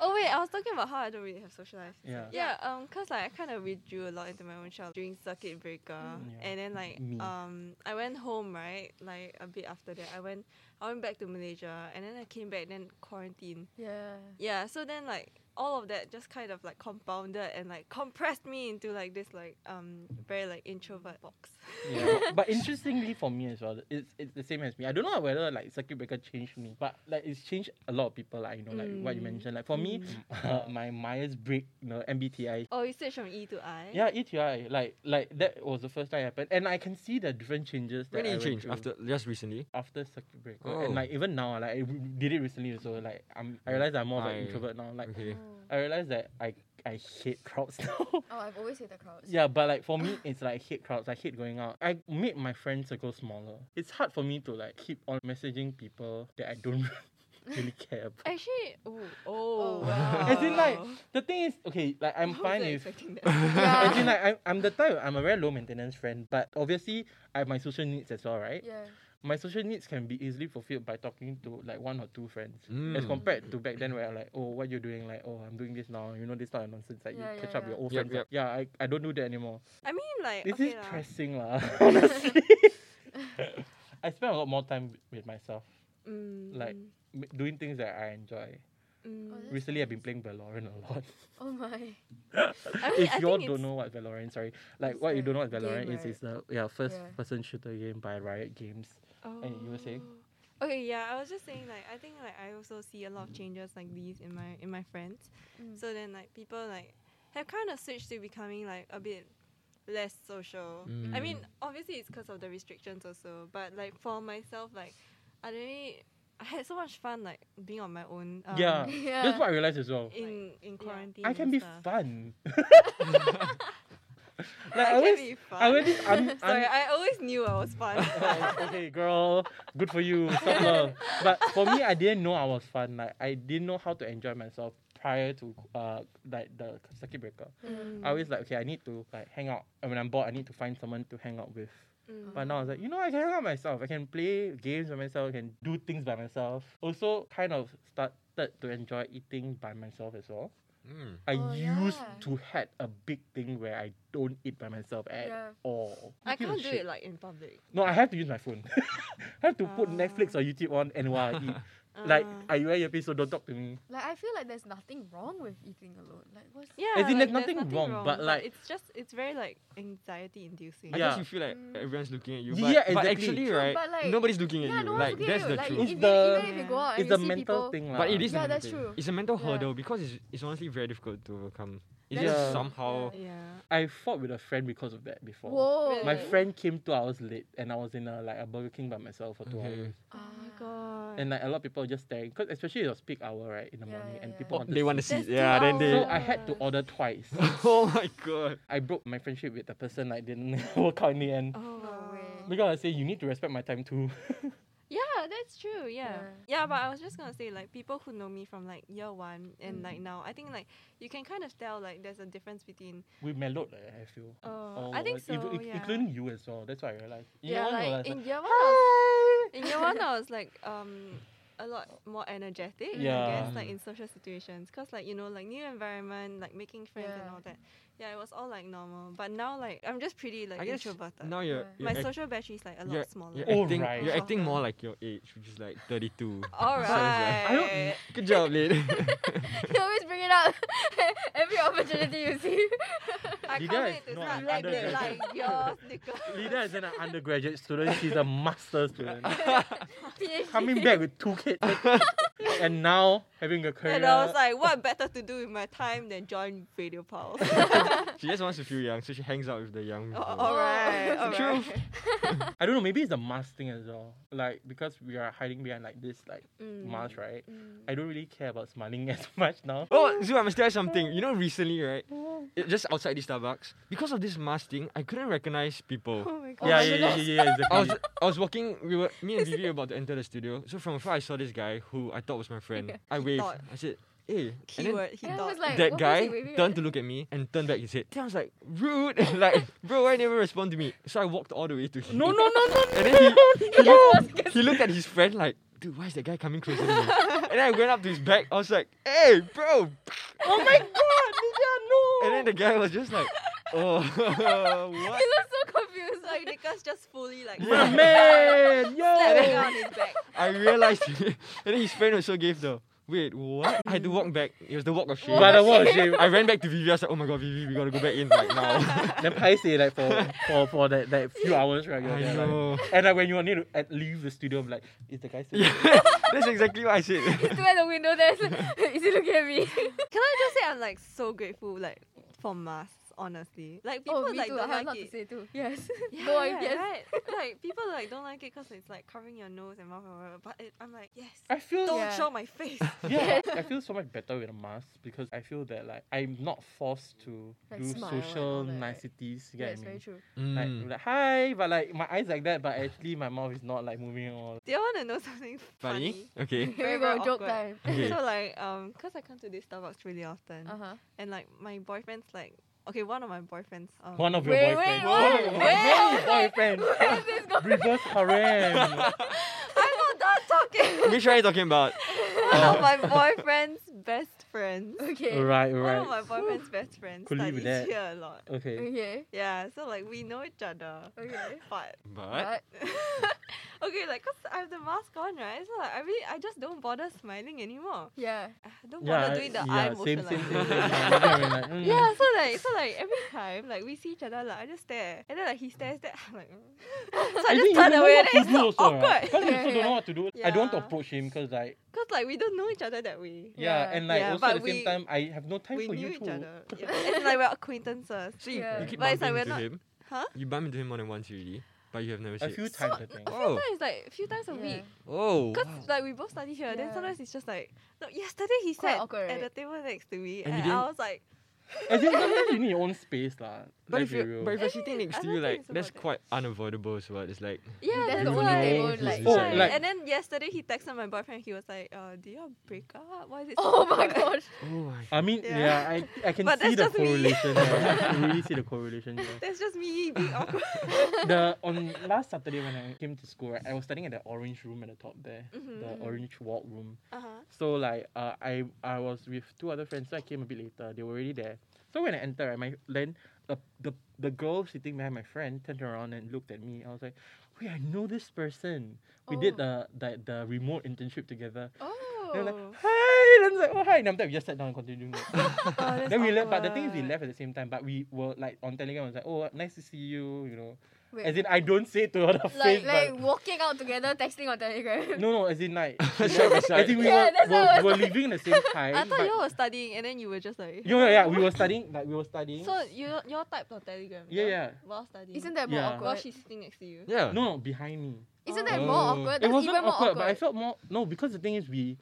A: Oh wait, I was talking about how I don't really have social life.
D: Yeah.
A: Yeah, um, cause like I kind of withdrew a lot into my own shell during circuit breaker,
D: Mm, Yeah.
A: and then like
D: Me.
A: um, I went home right, like a bit after that, I went, I went back to Malaysia, and then I came back, then quarantine.
E: Yeah.
A: Yeah, so then like all of that just kind of like compounded and like compressed me into like this like um very like introvert box.
D: Yeah. but- But interestingly for me as well, it's, it's the same as me. I don't know whether like circuit breaker changed me, but like it's changed a lot of people. Like you know, like what you
A: Mm.
D: mentioned. Like for me, uh, my Myers Briggs, you know, MBTI.
A: Oh, you switched from E to I.
D: Yeah, ETI. Like like that was the first time it happened, and I can see the different changes. That
C: when
D: I
C: did you
D: went
C: change?
D: through.
C: After just recently?
D: after circuit breaker,
C: Oh.
D: and like even now, like I w- did it recently. So like I'm, I realize I'm more of
C: I-
D: an introvert now. Like
C: Okay.
D: I realize that I I hate crowds now.
E: Oh, I've always hated crowds.
D: Yeah, but like for me, it's like I hate crowds. I hate going out. I made my friend circle smaller. It's hard for me to like keep on messaging people that I don't really care about.
A: Actually, ooh, oh,
E: Oh,
A: wow.
D: As in like the thing is okay. Like I'm
A: I wasn't
D: fine if.
A: expecting that.
E: Yeah.
D: As in like I'm, I'm the type I'm a very low maintenance friend, but obviously I have my social needs as well, right?
E: Yeah.
D: my social needs can be easily fulfilled by talking to like one or two friends as
C: Mm.
D: compared to back then where I'm like oh what you're doing like oh I'm doing this now you know this type of nonsense like
E: Yeah,
D: you
E: yeah,
D: catch up
E: yeah.
D: with your old
C: Yep,
D: friends like, yeah I, I don't do that anymore
A: I mean like
D: this
A: okay
D: is
A: lah.
D: pressing lah honestly I spend a lot more time wi- with myself
A: Mm,
D: like m- doing things that I enjoy
A: mm.
E: Oh, that's-
D: recently I've been playing Valorant a lot
E: Oh my.
A: I mean,
D: if
A: I
D: you all
A: think
D: don't
A: it's-
D: know what Valorant sorry like
E: It's
D: what you
E: a
D: don't know what
E: game,
D: Valorant is
E: right?
D: is the yeah first
E: Yeah.
D: person shooter game by Riot Games And you were saying?
A: Oh. Okay, yeah, I was just saying like I think like I also see a lot of changes like these in my in my friends.
E: Mm.
A: So then like people like have kind of switched to becoming like a bit less social. I
C: Mm.
A: mean, obviously it's because of the restrictions also, but like for myself like I really I had so much fun like being on my own. Um,
D: yeah.
E: Yeah.
D: that's what I realized as well
A: In in quarantine.
D: I
A: and
D: can be
A: stuff.
D: fun. like
A: I
D: I,
A: can
D: always,
A: be fun.
D: I always, I'm, I'm,
A: Sorry, I always knew I was fun.
D: Oh, okay, girl, good for you. Self love. But for me, I didn't know I was fun. Like I didn't know how to enjoy myself prior to uh like the circuit breaker.
A: Mm,
D: I always like okay, I need to like hang out. And when I'm bored, I need to find someone to hang out with.
A: Mm.
D: But now I was like, you know, I can hang out myself. I can play games by myself. I can do things by myself. Also, kind of started to enjoy eating by myself as well.
C: Mm.
D: I
E: Oh,
D: used
E: yeah.
D: to had a big thing where I don't eat by myself at
E: Yeah.
D: all.
A: I
D: Give a
A: can't do
D: shit.
A: it like in public.
D: No, I have to use my phone. I have to put
A: Ah.
D: Netflix or YouTube on and while I eat. like
A: Uh,
D: I wear earpiece, so don't talk to me.
E: Like I feel like there's nothing wrong with eating alone. Like what's
A: yeah,
D: as in,
A: like,
D: there's nothing wrong, but, like-
A: it's just it's very like anxiety inducing.
C: I guess
D: Yeah.
C: you feel like
E: Mm.
C: everyone's looking at you. But,
D: Yeah,
C: but
D: exactly.
C: actually,
E: True,
C: right?
E: but, like-
C: nobody's looking at
E: yeah,
C: you.
E: no one's
C: like
E: looking at
C: that's
E: you.
C: the
E: like,
C: truth.
E: Even,
D: the-
E: even if you go out Oh, and
D: it's
E: you
D: a
E: see
D: mental
E: people,
D: thing, lah.
C: But it is
E: Yeah,
C: a mental
E: that's
C: thing.
E: true.
C: It's a mental
E: Yeah.
C: hurdle because it's, it's honestly very difficult to overcome. It's
D: That's
C: just
D: true.
C: somehow
A: Yeah.
D: I fought with a friend because of that before.
E: Whoa.
A: Really?
D: My friend came two hours late, and I was in a like a Burger King by myself for two
C: Okay.
D: hours.
A: Oh my god.
D: And like a lot of people were just staring, cause especially it was peak hour right in the
E: Yeah,
D: morning,
E: yeah,
D: and
E: yeah.
D: people
C: they want to
D: want
C: see.
A: That's
C: Yeah,
A: two to
C: then
D: to.
C: they.
A: hours.
D: So I had to order twice.
C: oh my god.
D: I broke my friendship with the person. I didn't work out in the end.
A: oh
E: No way.
D: Because I say you need to respect my time too.
A: Yeah, that's true. Yeah.
E: Yeah.
A: yeah. but I was just gonna say like people who know me from like year one and
E: Mm.
A: like now, I think like you can kind of tell like there's a difference between.
D: we mellowed, eh, I feel.
A: Oh,
D: Or
A: I think
D: what- if-
A: so.
D: if-
A: yeah.
D: Including you as well. That's what I realized.
A: yeah, like in year one, I was, in year one, I was like um a lot more energetic. I
D: Yeah.
A: guess like in social situations, cause like you know like new environment, like making friends and
E: Yeah.
A: all that. Yeah, it was all like normal. But now like I'm just pretty like
C: I guess
A: introverted.
C: Now you're.
E: Yeah.
C: you're
A: My
D: eh,
C: act-
A: social battery is like a lot
C: you're-
A: smaller.
C: You're
D: Oh,
C: acting,
D: right.
C: you're acting
A: Uh-huh.
C: more like your age, which is like 32.
A: All
C: So it's
A: right.
C: like- Good job, Lin.
E: you always bring it up every opportunity you see.
A: I
D: You
A: can't
D: guys
A: wait to
D: know
A: start
D: I'm
A: like,
D: under-
A: like yours, Nicholas.
D: Lida is an undergraduate student. She's a master student.
E: PhD.
D: Coming back with two kids. and now having a career.
A: And I was like, what better to do with my time than join Radio Pulse?
C: she just wants to feel young, so she hangs out with the young people.
A: alright,
E: Oh.
A: alright.
D: I don't know, maybe it's a mask thing as well. Like, because we are hiding behind like this, like,
E: Mm.
D: mask, right?
A: Mm.
D: I don't really care about smiling as much now.
C: Oh, Zoo, I must tell you something. You know, recently, right? It, just outside the Starbucks, because of this mask thing, I couldn't recognize people.
A: Oh my god.
D: Yeah, yeah, yeah, yeah, yeah, exactly.
C: I was I was walking. We were me and Vivi were about to enter the studio. So from afar, I saw this guy who I thought was my friend. I waved.
A: thought.
C: I said, "Hey," and then
A: Keyword, he
E: Yeah, I
A: thought.
E: was like,
C: that
E: what was
C: guy
E: he waving
C: turned
E: at?
C: to look at me and turned back his head. Then I was like, "Rude!" like, bro, why never respond to me? So I walked all the way to him.
D: no, no, no, no.
C: And then he, he, looked, he looked at his friend like, dude, why is that guy coming closer to me? and then I went up to his back. I was like, hey, bro.
D: Oh my god, Lydia, no.
C: And then the guy was just like, oh, what?
E: He looks so confused.
A: like
E: Like,
A: Nicholas just fully like
D: My Ah, man,
A: slapping
D: yo.
A: on his back.
C: I realized. and then his friend also gave the, wait, what? I had to walk back. It was the walk of shame.
D: But I was, Jim.
C: I ran back to Vivi. I was like, oh my god, Vivi, we gotta go back in right now.
D: Then paiseh, like, for, for, for that, that few hours, right? You're
C: I
D: there, like,
C: know.
D: And like when you need to at leave the studio, I'm like, is the guy still?
C: Yeah, that's exactly what I said.
E: he's still at the window there. Is he looking at me?
A: Can I just say I'm like so grateful like for masks, honestly. Like people
E: oh, me
A: like
E: too.
A: don't
E: I have a lot
A: like
E: to
A: it.
E: say too. Yes.
A: Yeah,
E: Go on,
A: yeah,
E: yes.
A: right? like people like don't like it because it's like covering your nose and blah blah blah. But it, I'm like yes,
D: I feel
A: don't
E: Yeah.
A: show my face.
D: yeah, I feel so much better with a mask because I feel that like I'm not forced to
E: Like,
D: do
E: smile and
D: social
E: all that, right?
D: niceties. You
E: Yeah,
D: get
E: it's
D: what I
E: very
D: mean?
E: true.
D: Like,
C: Mm.
D: like hi, but like my eyes like that, but actually my mouth is not like moving at all.
A: Do you want to know something
C: Funny? Okay.
E: Here
A: Very,
E: we
A: very
E: go. Joke
A: awkward.
E: time.
C: Okay.
A: So like um, cause I come to this Starbucks really often,
E: Uh huh.
A: and like my boyfriend's like okay, one of my boyfriends. Um,
D: One of your
E: Wait,
D: boyfriends.
E: wait,
D: One
E: wait,
D: of your boyfriends.
E: This go-
D: Reverse harem.
A: I'm not done talking.
C: Which one are you talking about?
A: one of my boyfriend's best friends.
E: okay.
D: right,
A: One of Oh my
D: right.
A: boyfriend's best friends
D: Could live
A: studies
D: with that.
A: here a lot.
D: Okay.
E: Okay.
A: Yeah, so like we know each other,
E: Okay.
A: but
E: Uh,
C: But
A: okay, like cause I have the mask on, right? So like I really, I just don't bother smiling anymore.
E: Yeah.
A: I don't
D: Yeah,
A: bother doing the
D: yeah,
A: eye
D: same,
A: motion
D: same,
A: like.
D: same, same. I mean, like, mm.
A: Yeah, so like so like every time like we see each other like I just stare and then like he stares that I'm like mm. so I
D: You
A: just
D: think
A: turn
D: you don't know
A: away
D: what
A: and
D: to
A: it's
D: do
A: so
D: also, right?
A: awkward
D: 'Cause you also don't know
E: Yeah.
D: what to do. I don't want to
A: Yeah.
D: approach him because like
A: because like we don't know each other that way.
D: Yeah,
E: Yeah.
D: and like
A: Yeah,
D: also
A: but
D: at the same
A: we-
D: time, I have no time
A: we
D: for
A: knew
D: you
A: each
D: too.
A: other. Yeah. it's like we're acquaintances.
C: see,
E: Yeah.
C: you keep
A: But it's
C: bumping
A: like we're
C: into
A: not-
C: him.
A: Huh?
C: You bump into him more than once already, but you have never
D: A
C: said.
D: few times, I think.
C: Oh,
A: Sometimes like a few times a
E: Yeah.
A: week.
C: oh.
A: Because
C: wow.
A: like we both study here, then
E: Yeah.
A: sometimes it's just like no, yesterday he
E: Quite
A: sat
E: awkward,
A: at the
E: right?
A: table next to me
C: And
A: and,
C: you
A: I
C: didn't-
A: was like
D: As in, sometimes you need your own space, lah.
C: But if
D: let's be
C: you
D: real.
C: but if
A: It
C: you're sitting
A: is. I
C: next to
A: don't
C: you,
A: think
C: like
A: it's
C: that's
A: about that.
C: quite unavoidable as well. It's like
B: Yeah, that's
E: That's the
B: the
E: only
B: one they
E: thing.
B: won't like.
C: Oh,
A: Oh,
C: like-
A: and then yesterday he texted my boyfriend. He was like, uh, "Do you break up? Why is it?" so
E: Oh my
A: awkward?"
E: gosh.
C: oh my
D: I mean, yeah,
A: Yeah.
D: I, I can
A: But
D: see the
A: that's just me.
D: correlation. yeah. I can really see the correlation. yeah.
A: That's just me being awkward.
D: the on last Saturday when I came to school, right, I was studying at the orange room at the top there,
A: Mhm.
D: the orange wall room.
A: Uh-huh.
D: So like, uh, I I was with two other friends, so I came a bit later. They were already there. So when I entered, right, my then the, the the girl sitting behind my friend turned around and looked at me. I was like, wait, I know this person. We did the, the the remote internship together.
A: Oh.
D: They were like, hi, then I was like, oh hi, and after that we just sat down and continued. doing it.
A: Oh, that's
D: then we left, but the thing is we
A: awkward.
D: left at the same time. But we were like on Telegram, I was like, oh nice to see you, you know.
E: Wait,
D: As in, I don't say it to her the
E: like,
D: face, but
E: like walking out together, texting on Telegram.
D: no, no. As in, like,
C: Side by
D: I
C: side.
D: think we
E: Yeah,
D: were,
E: that's
D: were,
E: what I
D: were living in the same time.
A: I thought you
D: but-
A: all were studying, and then you were just like.
D: Yeah, yeah, yeah, we were studying. Like, we were studying.
A: So you you all typed on Telegram.
D: Yeah, yeah.
A: While studying.
E: Isn't that more
D: Yeah.
E: awkward?
A: While she's sitting next to you.
C: Yeah.
D: no, no, behind me.
E: Isn't that
C: Oh.
E: more awkward?
D: It
E: That's
D: wasn't
E: even
D: awkward,
E: more awkward.
D: but I felt more no because the thing is we.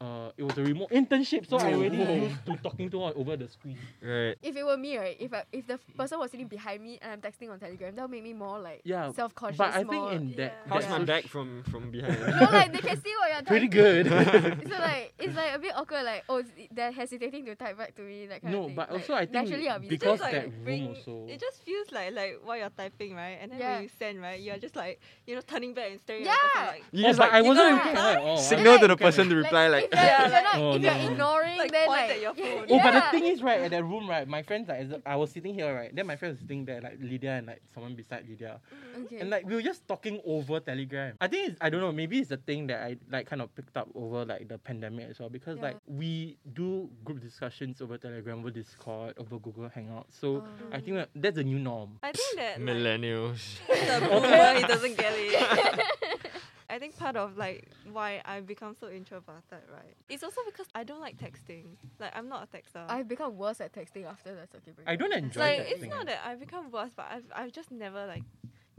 D: Uh, it was a remote internship, so I already
C: Whoa.
D: used to talking to her over the screen.
C: Right.
E: if it were me, right, if I, if the person was sitting behind me and I'm texting on Telegram, that would make me more like
D: Yeah,
E: self conscious.
D: But I
E: more,
D: think in that,
A: yeah.
D: that
C: That's my
D: social-
C: back from from behind.
E: no, like they can see what you're
D: Pretty
E: typing.
D: good.
E: So like it's like a bit awkward, like oh is- they're hesitating to type back to me, that kind
D: no,
E: of thing.
D: but
E: Like,
D: also I think
E: naturally I'll be
A: It
D: because
A: just, like,
D: that room
A: bring-
D: also.
A: It just feels like like while you're typing, right? And then
E: Yeah.
A: when you send, right, you're just like you know turning back and staring.
E: Yeah.
A: At the person,
C: You
D: oh,
C: just
D: but
C: like
D: I wasn't
E: Yeah.
D: looking at her at all. I-
C: signal to the
D: like-
C: person to
E: like,
C: reply like.
E: if you're, if
A: Yeah,
E: you're, not,
D: like- Oh,
E: if
D: no.
E: you're ignoring
A: Like,
E: then
A: point
E: like
A: at your
E: yeah,
A: phone.
D: Oh, but the
E: yeah.
D: thing is, right, at that room, right, my friends, like, as- I was sitting here, right, then my friend was sitting there, like, Lydia and, like, someone beside Lydia.
E: Okay.
D: And, like, we were just talking over Telegram. I think it's, I don't know, maybe it's the thing that I, like, kind of picked up over, like, the pandemic as well, because,
E: Yeah.
D: like, we do group discussions over Telegram, over Discord, over Google Hangouts. So
E: Oh.
D: I think that, that's the new norm.
A: I think that like,
C: Millennials.
A: the boomer, he doesn't get it. I think part of like why I become so introverted, right? It's also because I don't like texting. Like I'm not a texter.
E: I've become worse at texting after that circuit breaker.
D: I don't enjoy
A: like
D: that
A: it's
D: thing.
A: not that I've become worse, but I've I've just never like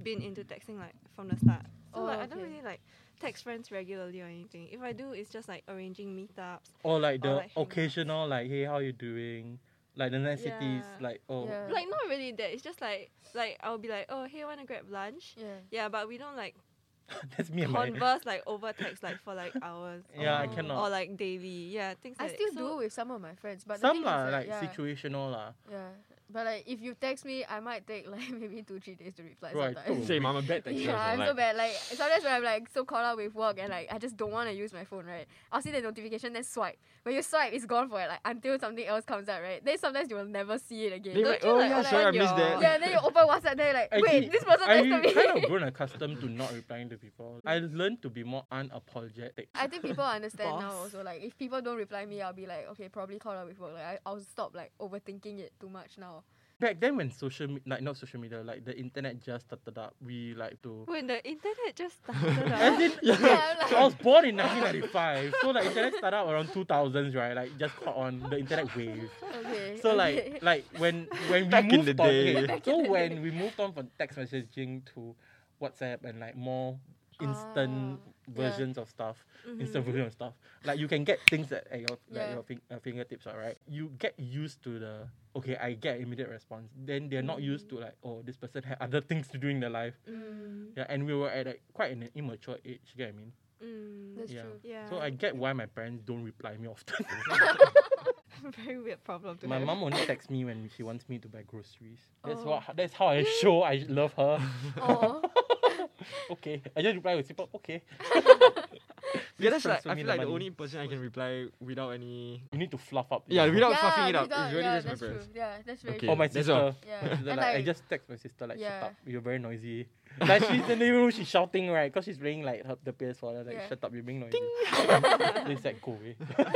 A: been into texting like from the start. So
E: Oh,
A: like I don't
E: okay.
A: really like text friends regularly or anything. If I do, it's just like arranging meetups.
D: Or, like, the
E: Oh,
A: Or, like, hangouts.
D: occasional, like, hey, how you doing? Like, the niceties,
A: Yeah.
D: like, oh.
E: Yeah.
A: Like not really that. It's just like like I'll be like, oh hey, wanna grab lunch?
E: Yeah.
A: Yeah, but we don't like
D: That's me and my...
A: converse like over text like for like hours.
D: Yeah, I
E: Oh.
D: cannot.
A: Or like daily, yeah, things
E: I
A: like
E: still
A: so-
E: do with some of my friends, but the
D: Some
E: thing is,
D: are,
E: like,
D: like,
E: yeah,
D: situational, lah.
E: yeah. But like if you text me, I might take like maybe two three days to reply.
D: Right,
E: sometimes.
D: too.
C: Same, I'm a bad texter.
E: Yeah,
C: as
E: I'm
C: well,
E: so
C: like-
E: bad. Like sometimes when I'm like so caught up with work and like I just don't want to use my phone, right? I'll see the notification, then swipe. When you swipe, it's gone for it, like until something else comes out, right? Then sometimes you will never see it again.
C: They
E: Don't
C: like,
E: you,
C: oh
E: like,
C: yeah,
E: like-
C: sorry, I
A: your-
C: missed that.
E: Yeah, then you open WhatsApp, then you're like,
D: Actually,
E: wait, this person
D: I
E: texted me.
D: kind of grown accustomed to not replying to people. I learned to be more unapologetic.
E: I think people understand now
A: Boss.
E: also. Like if people don't reply me, I'll be like, okay, probably caught up with work. Like I, I'll stop like overthinking it too much now.
D: Back then, when social me- like not social media, like the internet just started up, we like to.
A: When the internet just started
D: As
A: up.
D: in,
E: Yeah, I'm
D: so I was born in 1995, so like internet started out around 2000s, right? Like just caught on the internet wave.
E: Okay.
D: So
E: okay.
D: like like when when we
C: Back in
D: moved
C: the
D: on,
C: day.
D: okay, so when we moved on from text messaging to WhatsApp and like more instant
E: Ah, yeah.
D: versions of stuff,
A: Mhm.
D: instant version of stuff. Like you can get things at, at your at
E: Yeah.
D: your fin- uh, fingertips, alright. You get used to the okay, I get immediate response. Then they're not used to like oh, this person had other things to do in their life.
A: Mm,
D: Yeah, and we were at like, quite an immature age. You get what I mean?
A: mm.
E: that's
D: yeah.
E: true.
A: yeah.
D: So I get why my parents don't reply me often.
A: very weird problem to
D: my
A: have.
D: mom only texts me when she wants me to buy groceries. That's
E: Oh.
D: what. That's how I show I love her.
E: Oh.
D: okay, I just reply with simple okay.
C: Yeah, that's
D: Please
C: like
D: transfer
C: I
D: me
C: feel
D: the
C: like the
D: money.
C: only person I can reply without any.
D: You need to fluff up.
C: Yeah,
D: your-
C: without
E: yeah,
C: fluffing it up.
E: without-
C: it's really
E: yeah,
C: just my
E: that's true.
C: friends.
E: Yeah, that's very
C: Okay.
E: true.
D: Or my
C: that's
D: sister.
C: all.
E: Yeah.
D: My sister,
E: And,
D: like, I
E: like-
D: just text my sister like shut
E: Yeah.
D: up. You're very noisy. like she's in the room, she's shouting right, cause she's playing like her, the PS4. Like
E: Yeah.
D: shut up, you're being noisy. they said go eh? away.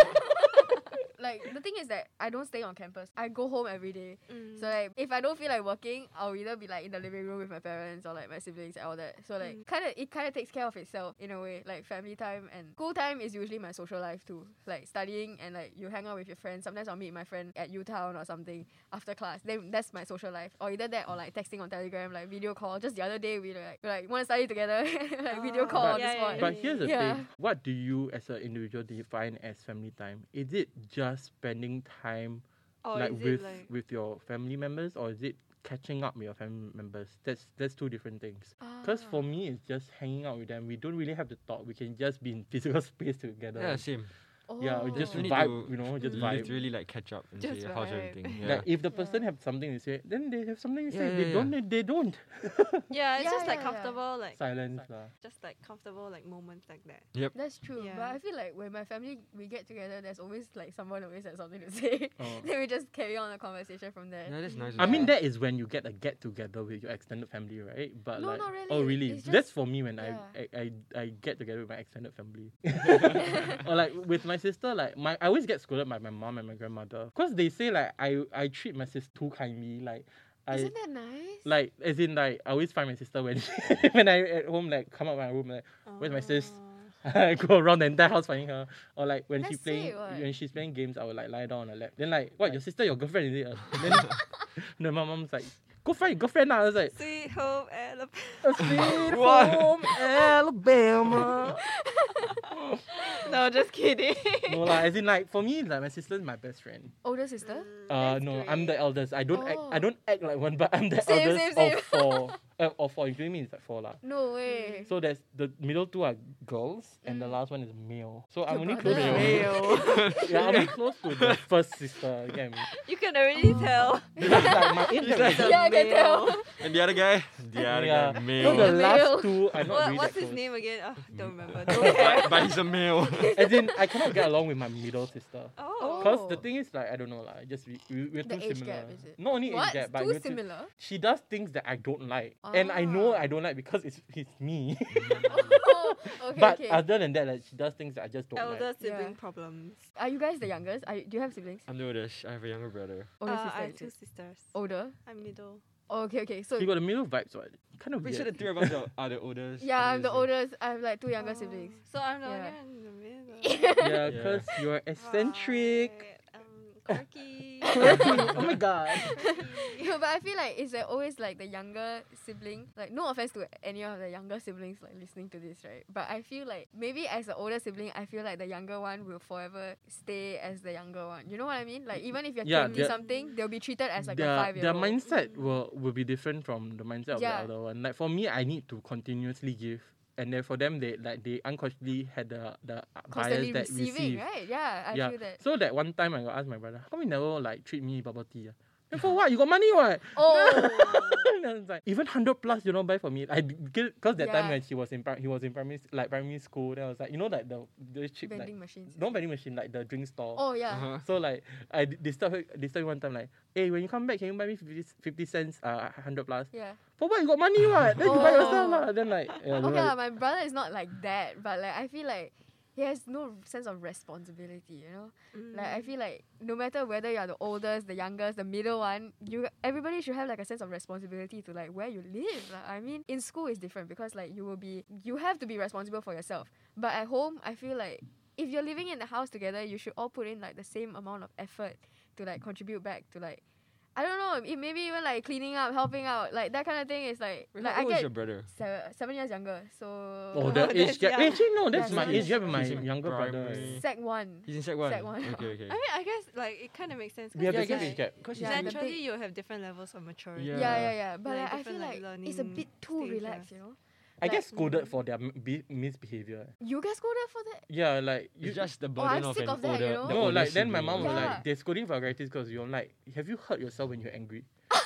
E: like the thing is that I don't stay on campus. I go home every day.
A: Mm.
E: So like if I don't feel like working, I'll either be like in the living room with my parents or like my siblings and all that. So like
A: Mm.
E: kinda it kinda takes care of itself in a way. Like family time and school time is usually my social life too. Like studying and like you hang out with your friends. Sometimes I'll meet my friend at U Town or something after class. Then that's my social life. Or either that or like texting on Telegram, like video call. Just the other day we like we like wanna study together like video
A: Ah.
E: call
D: But-
E: on the
A: Yeah, yeah,
E: spot.
D: But here's the
E: Yeah.
D: thing: what do you, as an individual, define as family time? Is it just spending time
A: Or
D: like
A: Oh, is
D: with
A: it like
D: with your family members, or is it catching up with your family members? That's that's two different things. Because
A: Ah.
D: for me, it's just hanging out with them. We don't really have to talk. We can just be in physical space together.
C: Yeah, same.
E: Ah.
D: yeah, we just
E: Oh.
C: You need
D: vibe.
C: to
D: You know, just vibe.
C: Literally like catch up and
A: Just
C: say how's
A: vibe.
C: everything. Yeah.
D: Like if the person have something to say, then they have something to
C: Yeah,
D: say. they
C: yeah,
D: don't. They, they don't.
A: yeah, it's
E: Yeah,
A: just like
E: yeah, yeah.
A: comfortable, like
D: Silence lah.
A: just like comfortable like moments like that.
E: That's true. But
A: Yeah.
E: I feel like when my family we get together, there's always like someone always has something to say.
D: Oh.
E: then we just carry on the conversation from there.
C: Yeah, that's nice.
D: I mean
C: also.
D: that is when you get a get together with your extended family, right? But
E: No,
D: like,
E: not
D: oh
E: really.
D: really?
E: It's
D: That's
E: just-
D: for me when
E: yeah.
D: I, I, I I get together with my extended family, or like with my sister. Like my I always get scolded by my mom and my grandmother because they say like I I treat my sister too kindly. Like I
E: Isn't that nice?
D: like as in like I always find my sister when when I at home like come out my room like Where's my sis?
A: Oh.
D: I go around the entire house finding her. Or like when she
E: That's
D: playing
E: it, what?
D: when she's playing games, I would like lie down on her lap. Then like, what your sister, your girlfriend is it? And then no, my mom's like, go find your girlfriend now. I was like,
A: Sweet home Alabama.
D: "A sweet
C: What?
D: home Alabama.
A: no, just kidding.
D: no lah, as in like for me, like my sister is my best friend.
E: Older sister?
D: Uh, no, I'm the eldest. I don't act. I
E: Oh.
D: don't act like one, but I'm the
E: Same,
D: eldest
E: same,
D: of
E: same.
D: four. Uh, of four, including me, it's like four lah.
E: No way.
D: Mm. So there's the middle two are girls, and the
E: Mm.
D: last one is male. So I'm
E: Your
D: only close
E: brother.
D: to yeah, I'm only close to the first sister. You get me?
A: you can already tell.
D: Because like my age
C: It's like-
D: gap is just-
E: Oh. yeah, I can
A: male.
E: tell.
C: And the other guy, the other
D: yeah.
C: guy,
D: So
C: male.
D: the
E: Male.
D: last two are not
A: What,
D: really
A: what's
D: that Mm-hmm.
A: his
D: close.
A: name again? Oh, don't remember. Don't care.
C: but, but he's a male.
D: As in, I cannot get along with my middle sister.
A: Oh.
D: Cause the
E: Oh.
D: thing is like I don't know like just we, we we're
E: The
D: too
E: age
D: similar.
E: gap, is it?
D: Not only age
E: What?
D: gap, but
E: Too
D: we're too,
E: similar?
D: she does things that I don't like, and I know
E: Ah.
D: I don't like because it's it's me.
E: Oh, okay,
D: but
E: okay.
D: other than that, like she does things that I just don't
A: Elder
D: like.
A: sibling
E: Yeah.
A: problems.
E: Are you guys the youngest? Are you, do you have siblings?
C: I'm the oldest. I have a younger brother.
E: Older
A: Uh, I
E: sister.
A: have
E: is
A: two
E: it?
A: sisters.
D: Oh.
E: Older.
A: I'm middle.
E: Oh, okay, okay. So
D: You got the middle vibes, right? Kind of
C: Pretty sure the
D: weird.
C: three of us are, are the oldest.
E: yeah, I'm the
C: oldest.
E: oldest. I have like two younger
A: Oh,
E: siblings.
A: So I'm the
E: Yeah.
A: one in the middle.
D: yeah,
C: Yeah.
D: because you're eccentric.
A: Right, Um, quirky.
D: oh my god.
A: quirky.
E: No, but I feel like it's like always like the younger sibling. Like no offense to any of the younger siblings like listening to this, right? But I feel like maybe as the older sibling, I feel like the younger one will forever stay as the younger one. You know what I mean? Like even if you're
D: Yeah,
E: twenty
D: their-
E: something, they'll be treated as like
D: their,
E: a five year
D: their
E: old.
D: mindset will will be different from the mindset of
E: Yeah.
D: the other one. Like for me, I need to continuously give, and then for them, they like they unconsciously had the the
E: Constantly
D: bias that
E: receiving,
D: receive.
E: right? Yeah, I
D: yeah.
E: feel that.
D: So that one time, I got ask my brother, "How come you never like treat me bubble tea?" ah?" Then for what? You got money what?
E: Oh,
D: And I was like, even hundred plus, you don't buy for me. I because that time
E: Yeah.
D: when she was in pri- he was in primary s- like primary school. Then I was like, you know, like the the cheap like
E: vending machines.
D: not vending machine like the drink store.
E: Oh yeah.
C: Uh-huh.
D: So like I d- they start they start one time like, hey, when you come back, can you buy me 50, 50 cents, uh, hundred plus?
E: Yeah.
D: For what you got money, what? Then you buy yourself,
E: Oh.
D: lah. Then like, yeah, I don't
E: Okay,
D: know,
E: lah, my brother is not like that, but like I feel like he has no sense of responsibility, you know?
A: Mm.
E: Like I feel like no matter whether you're the oldest, the youngest, the middle one, you everybody should have like a sense of responsibility to like where you live. Like, I mean, in school is different because like you will be you have to be responsible for yourself. But at home, I feel like if you're living in the house together, you should all put in like the same amount of effort to like contribute back to like I don't know, it maybe even like cleaning up, helping out, like that kind of thing is like
C: Wait,
E: like
C: how
E: I
C: old is
E: get
C: your brother?
E: seven, seven years younger. So
D: Oh,
A: that-
D: the age
A: that's
D: gap.
A: young.
D: Actually, no, that's
E: That's
D: my
E: young.
D: age gap and my
C: He's in
D: younger brother.
C: primary.
E: sec one.
C: He's in sec one.
E: Sec one.
C: Okay, okay.
A: I mean, I guess like it kind of makes sense. 'cause
D: We have the
A: it's
E: Yeah,
D: same
E: yeah.
D: age gap.
C: Because
E: Yeah, the
A: Naturally,
E: big-
A: you'll have different levels of maturity.
C: Yeah.
E: Yeah, yeah, yeah. But
A: Like,
E: like, I feel
A: different,
E: like,
A: like,
E: it's a
A: learning
E: bit too
A: stages.
E: relaxed, you know.
D: I get
E: Like-
D: scolded for their m- be- misbehavior.
E: You guys go there for that?
D: Yeah, like
C: It's
D: you.
C: just the
E: Oh, I'm
C: burden of
E: sick
C: an
E: of that,
C: older.
E: you know?
C: the
D: no,
C: older
D: like then my
C: sibling.
D: mom was
E: Yeah.
D: like, they're scolding for varieties because you're like, have you hurt yourself when you're angry?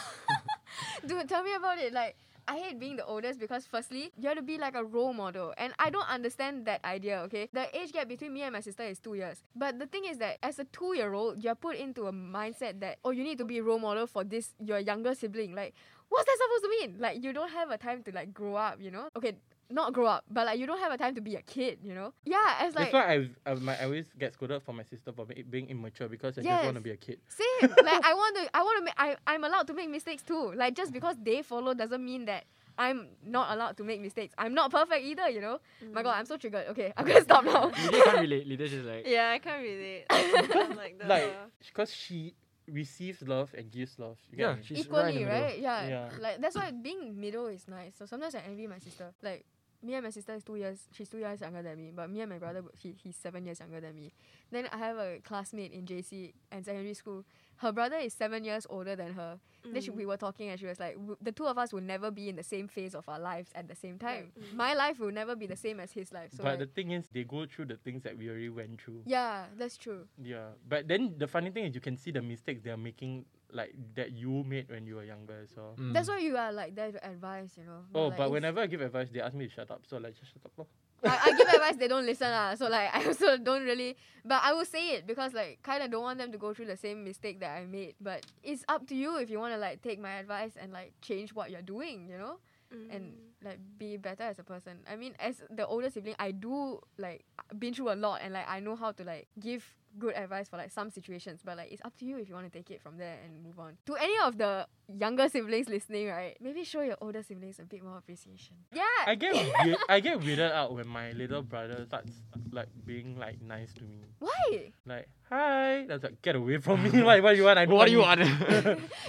E: Dude, tell me about it. Like, I hate being the oldest because firstly, you have to be like a role model, and I don't understand that idea. Okay, the age gap between me and my sister is two years. But the thing is that as a two-year-old, you're put into a mindset that oh, you need to be a role model for this your younger sibling. Like, what's that supposed to mean? Like, you don't have a time to like grow up, you know? Okay. Not grow up, but like you don't have a time to be a kid, you know? Yeah, as like
D: That's why I, I, my, I always get scolded for my sister for be- being immature because I just want to
E: Yes.
D: be a kid.
E: Same. like I want to. I want to. Make, I I'm allowed to make mistakes too. Like just because they follow doesn't mean that I'm not allowed to make mistakes. I'm not perfect either. You know. My God, I'm so triggered. Okay, I'm gonna stop now.
C: Lydia can't relate. Lydia's just like.
A: Yeah, I can't relate. I'm like the
D: Like, because she receives love and gives love. You get
C: Yeah,
D: me?
C: she's right in
E: Equally,
C: the middle.
E: right? Yeah.
D: Yeah.
E: Like that's why being middle is nice. So sometimes I envy my sister. Like me and my sister is two years. She's two years younger than me. But me and my brother, he, he's seven years younger than me. Then I have a classmate in JC and secondary school. Her brother is seven years older than her.
A: Mm.
E: Then she, we were talking and she was like, "W- the two of us will never be in the same phase of our lives at the same time. My life will never be the same as his life. So
D: but
E: like-
D: the thing is, they go through the things that we already went through.
E: yeah, that's true.
D: Yeah, but then the funny thing is you can see the mistakes they're making, like that you made when you were younger as well.
C: Mm.
E: That's why you are like there to advise, you know.
D: Hmm. Oh,
E: like,
D: but
E: it's-
D: whenever I give advice, they ask me to shut up, so like just shut up. lor.
E: I, I give advice, they don't listen lah. So like I also don't really, but I will say it because like kind of don't want them to go through the same mistake that I made. But it's up to you if you want to like take my advice and like change what you're doing, you know,
A: Mm.
E: and like be better as a person. I mean, as the older sibling, I do like been through a lot and like I know how to like give good advice for like some situations. But like it's up to you if you want to take it from there and move on. To any of the younger siblings listening, right? Maybe show your older siblings a bit more appreciation. Yeah.
D: I get weir- I get weirded out when my little brother starts like being like nice to me.
E: Why?
D: Like hi, that's like get away from me. like what do you want? I don't
C: What do you
D: want
C: want?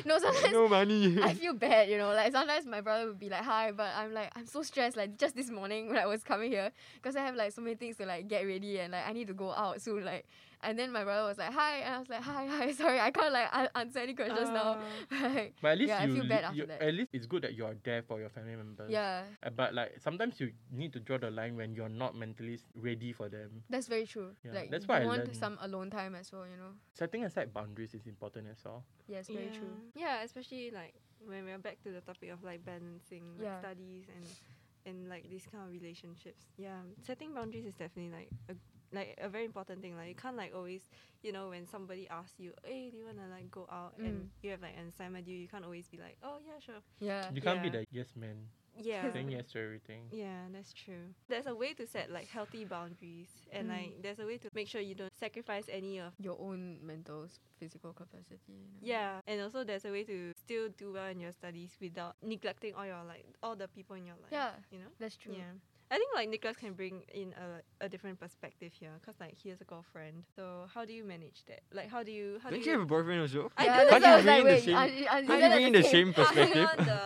E: No, sometimes
C: no money.
E: I feel bad, you know. Like sometimes my brother would be like, "Hi," but I'm like, I'm so stressed. Like just this morning when I was coming here, because I have like so many things to like get ready and like I need to go out soon. Like, and then my brother was like, "Hi," and I was like, "Hi, hi, sorry, I can't like a- answer any questions now."
A: Ah. Uh,
E: like,
D: But at least
E: Yeah, I
D: you,
E: feel
D: li-
E: bad after
D: you-
E: that.
D: at least it's good that you are there for your family members.
E: yeah,
D: Uh, But like sometimes you need to draw the line when you're not mentally s- ready for them.
E: that's very true.
D: Yeah,
E: like
D: that's
E: you
D: what I
E: want
D: learned.
E: some alone time as well, you know.
D: Setting aside boundaries is important as well.
E: Yes, very true.
A: Yeah, especially like when we're back to the topic of like balancing like,
E: Yeah.
A: studies and and like these kind of relationships. Yeah, setting boundaries is definitely like a like a very important thing. Like you can't like always, you know, when somebody asks you, "Hey, do you wanna like go out?"
E: Mm.
A: and you have like an assignment due, you can't always be like, "Oh yeah, sure."
E: Yeah,
D: You can't be
A: Yeah.
D: the yes man
A: Yeah.
D: saying yes to everything.
A: Yeah, that's true. There's a way to set like healthy boundaries, and
E: Mm.
A: like there's a way to make sure you don't sacrifice any of.
E: your own mental, s- physical capacity. You know?
A: Yeah, and also there's a way to still do well in your studies without neglecting all your like all the people in your life.
E: Yeah.
A: you know.
E: that's true.
A: Yeah. I think like Nicholas can bring in a, a different perspective here, cause like he has a girlfriend. So how do you manage that? Like how do you how do
C: Don't you have a boyfriend
A: I
E: Yeah,
C: also?
A: do.
E: that's
C: Can't
E: why
C: you
E: I was like,
C: read the
E: wait,
C: same-
E: are- are- is
C: Are
E: that
C: you bring in the same
A: Passing
C: perspective?
A: on the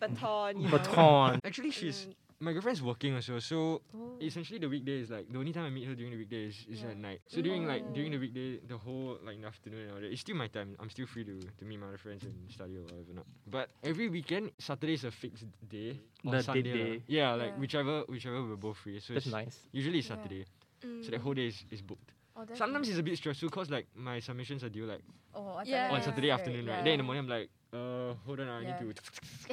A: baton, you know?
D: Baton.
C: Actually, she's
A: Mm.
C: my girlfriend's working also, so
E: Oh.
C: essentially the weekday is like the only time I meet her during the weekday is, is
E: Yeah.
C: at night. So during like during
A: Oh.
C: the weekday, the whole like in the afternoon and all that, it's still my time. I'm still free to, to meet my other friends and study or whatever not. But every weekend, Saturday is a fixed day. Or
D: The date
C: Sunday, lah.
D: day.
C: Yeah, like
E: Yeah.
C: whichever whichever we're both free. So
D: That's
C: it's
D: nice.
C: usually it's
E: Yeah.
C: Saturday. So that
A: Mm.
C: whole day is, is booked.
E: Oh, that's
C: Sometimes
E: nice.
C: it's a bit stressful because like my submissions are due like
E: oh, I thought
A: Yeah.
E: that was
C: on Saturday
E: great,
C: afternoon, right?
E: yeah.
C: Then in the morning I'm like, uh, hold on, I
E: Yeah.
C: need to,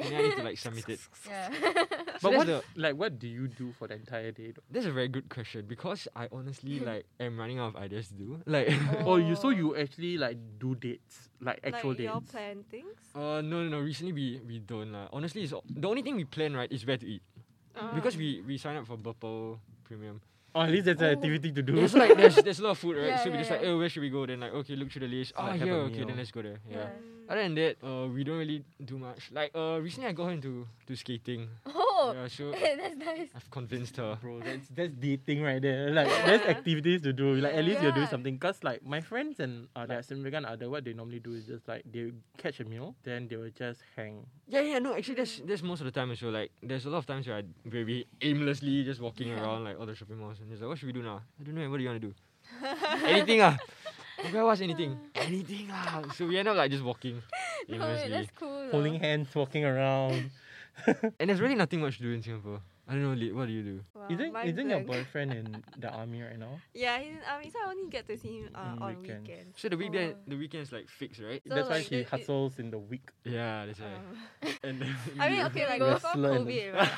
C: and then I need to like submit it.
E: Yeah.
C: So that's
D: but what
C: the-
D: like what do you do for the entire day? though?
C: That's a very good question because I honestly like am running out of ideas to do. Like,
D: Oh, you so you actually like do dates, like actual
A: like
D: dates.
A: y'all plan things.
C: uh, no, no, no. Recently we we don't lah. Honestly, it's the only thing we plan right is where to eat
E: Ah.
C: because we we sign up for Burple Premium.
D: Or at least there's an
E: Oh.
D: activity to do.
C: There's like there's there's a lot of food right,
E: Yeah,
C: so we
E: yeah,
C: just like,
E: yeah.
C: oh, where should we go? Then like, okay, look through the list. Oh,
D: Or have
C: here,
D: a
C: okay,
D: meal.
C: then let's go there.
A: Oh,
C: Yeah.
E: Yeah.
C: Other than that, uh, we don't really do much. Like, uh, recently I got her into to skating.
E: Oh,
C: Yeah, so
E: that's nice.
C: I've convinced her.
D: Bro, that's that's dating right there. Like there's
A: Yeah.
D: activities to do. Like at least you're doing
E: Yeah.
D: something. Cause like my friends and uh, that Simrigan other what they normally do is just like they catch a meal, then they will just hang.
C: Yeah, yeah, no, actually, that's
A: Mm.
C: that's most of the time as well. Like, there's a lot of times where I very aimlessly just walking around like all the shopping malls, and it's like, what should we do now? I don't know. What do you want to do? anything ah. Okay, what's anything? anything ah. So we end up like just walking
E: Oh, wait,
C: aimlessly,
E: that's cool.
D: Holding
E: though.
A: Uh-huh.
D: hands, walking around.
C: and there's really nothing much to do in Singapore. I don't know, Lee, what do you do?
A: Wow,
D: isn't
A: Uh, mind
D: isn't your
A: blank.
D: boyfriend in the army right now?
A: Yeah, he's in army, so I only get to see him uh,
C: Mm,
D: On
A: on
D: weekends.
A: weekends.
C: So the weekend,
E: Oh.
C: the weekend's like fixed, right?
A: So,
D: that's why
A: like,
D: she
A: it- it-
D: hustles in the week.
C: Yeah, that's right.
A: Um,
C: And then
A: I mean,
C: you-
A: okay, like
D: We're
A: before
D: slurring.
A: COVID, right?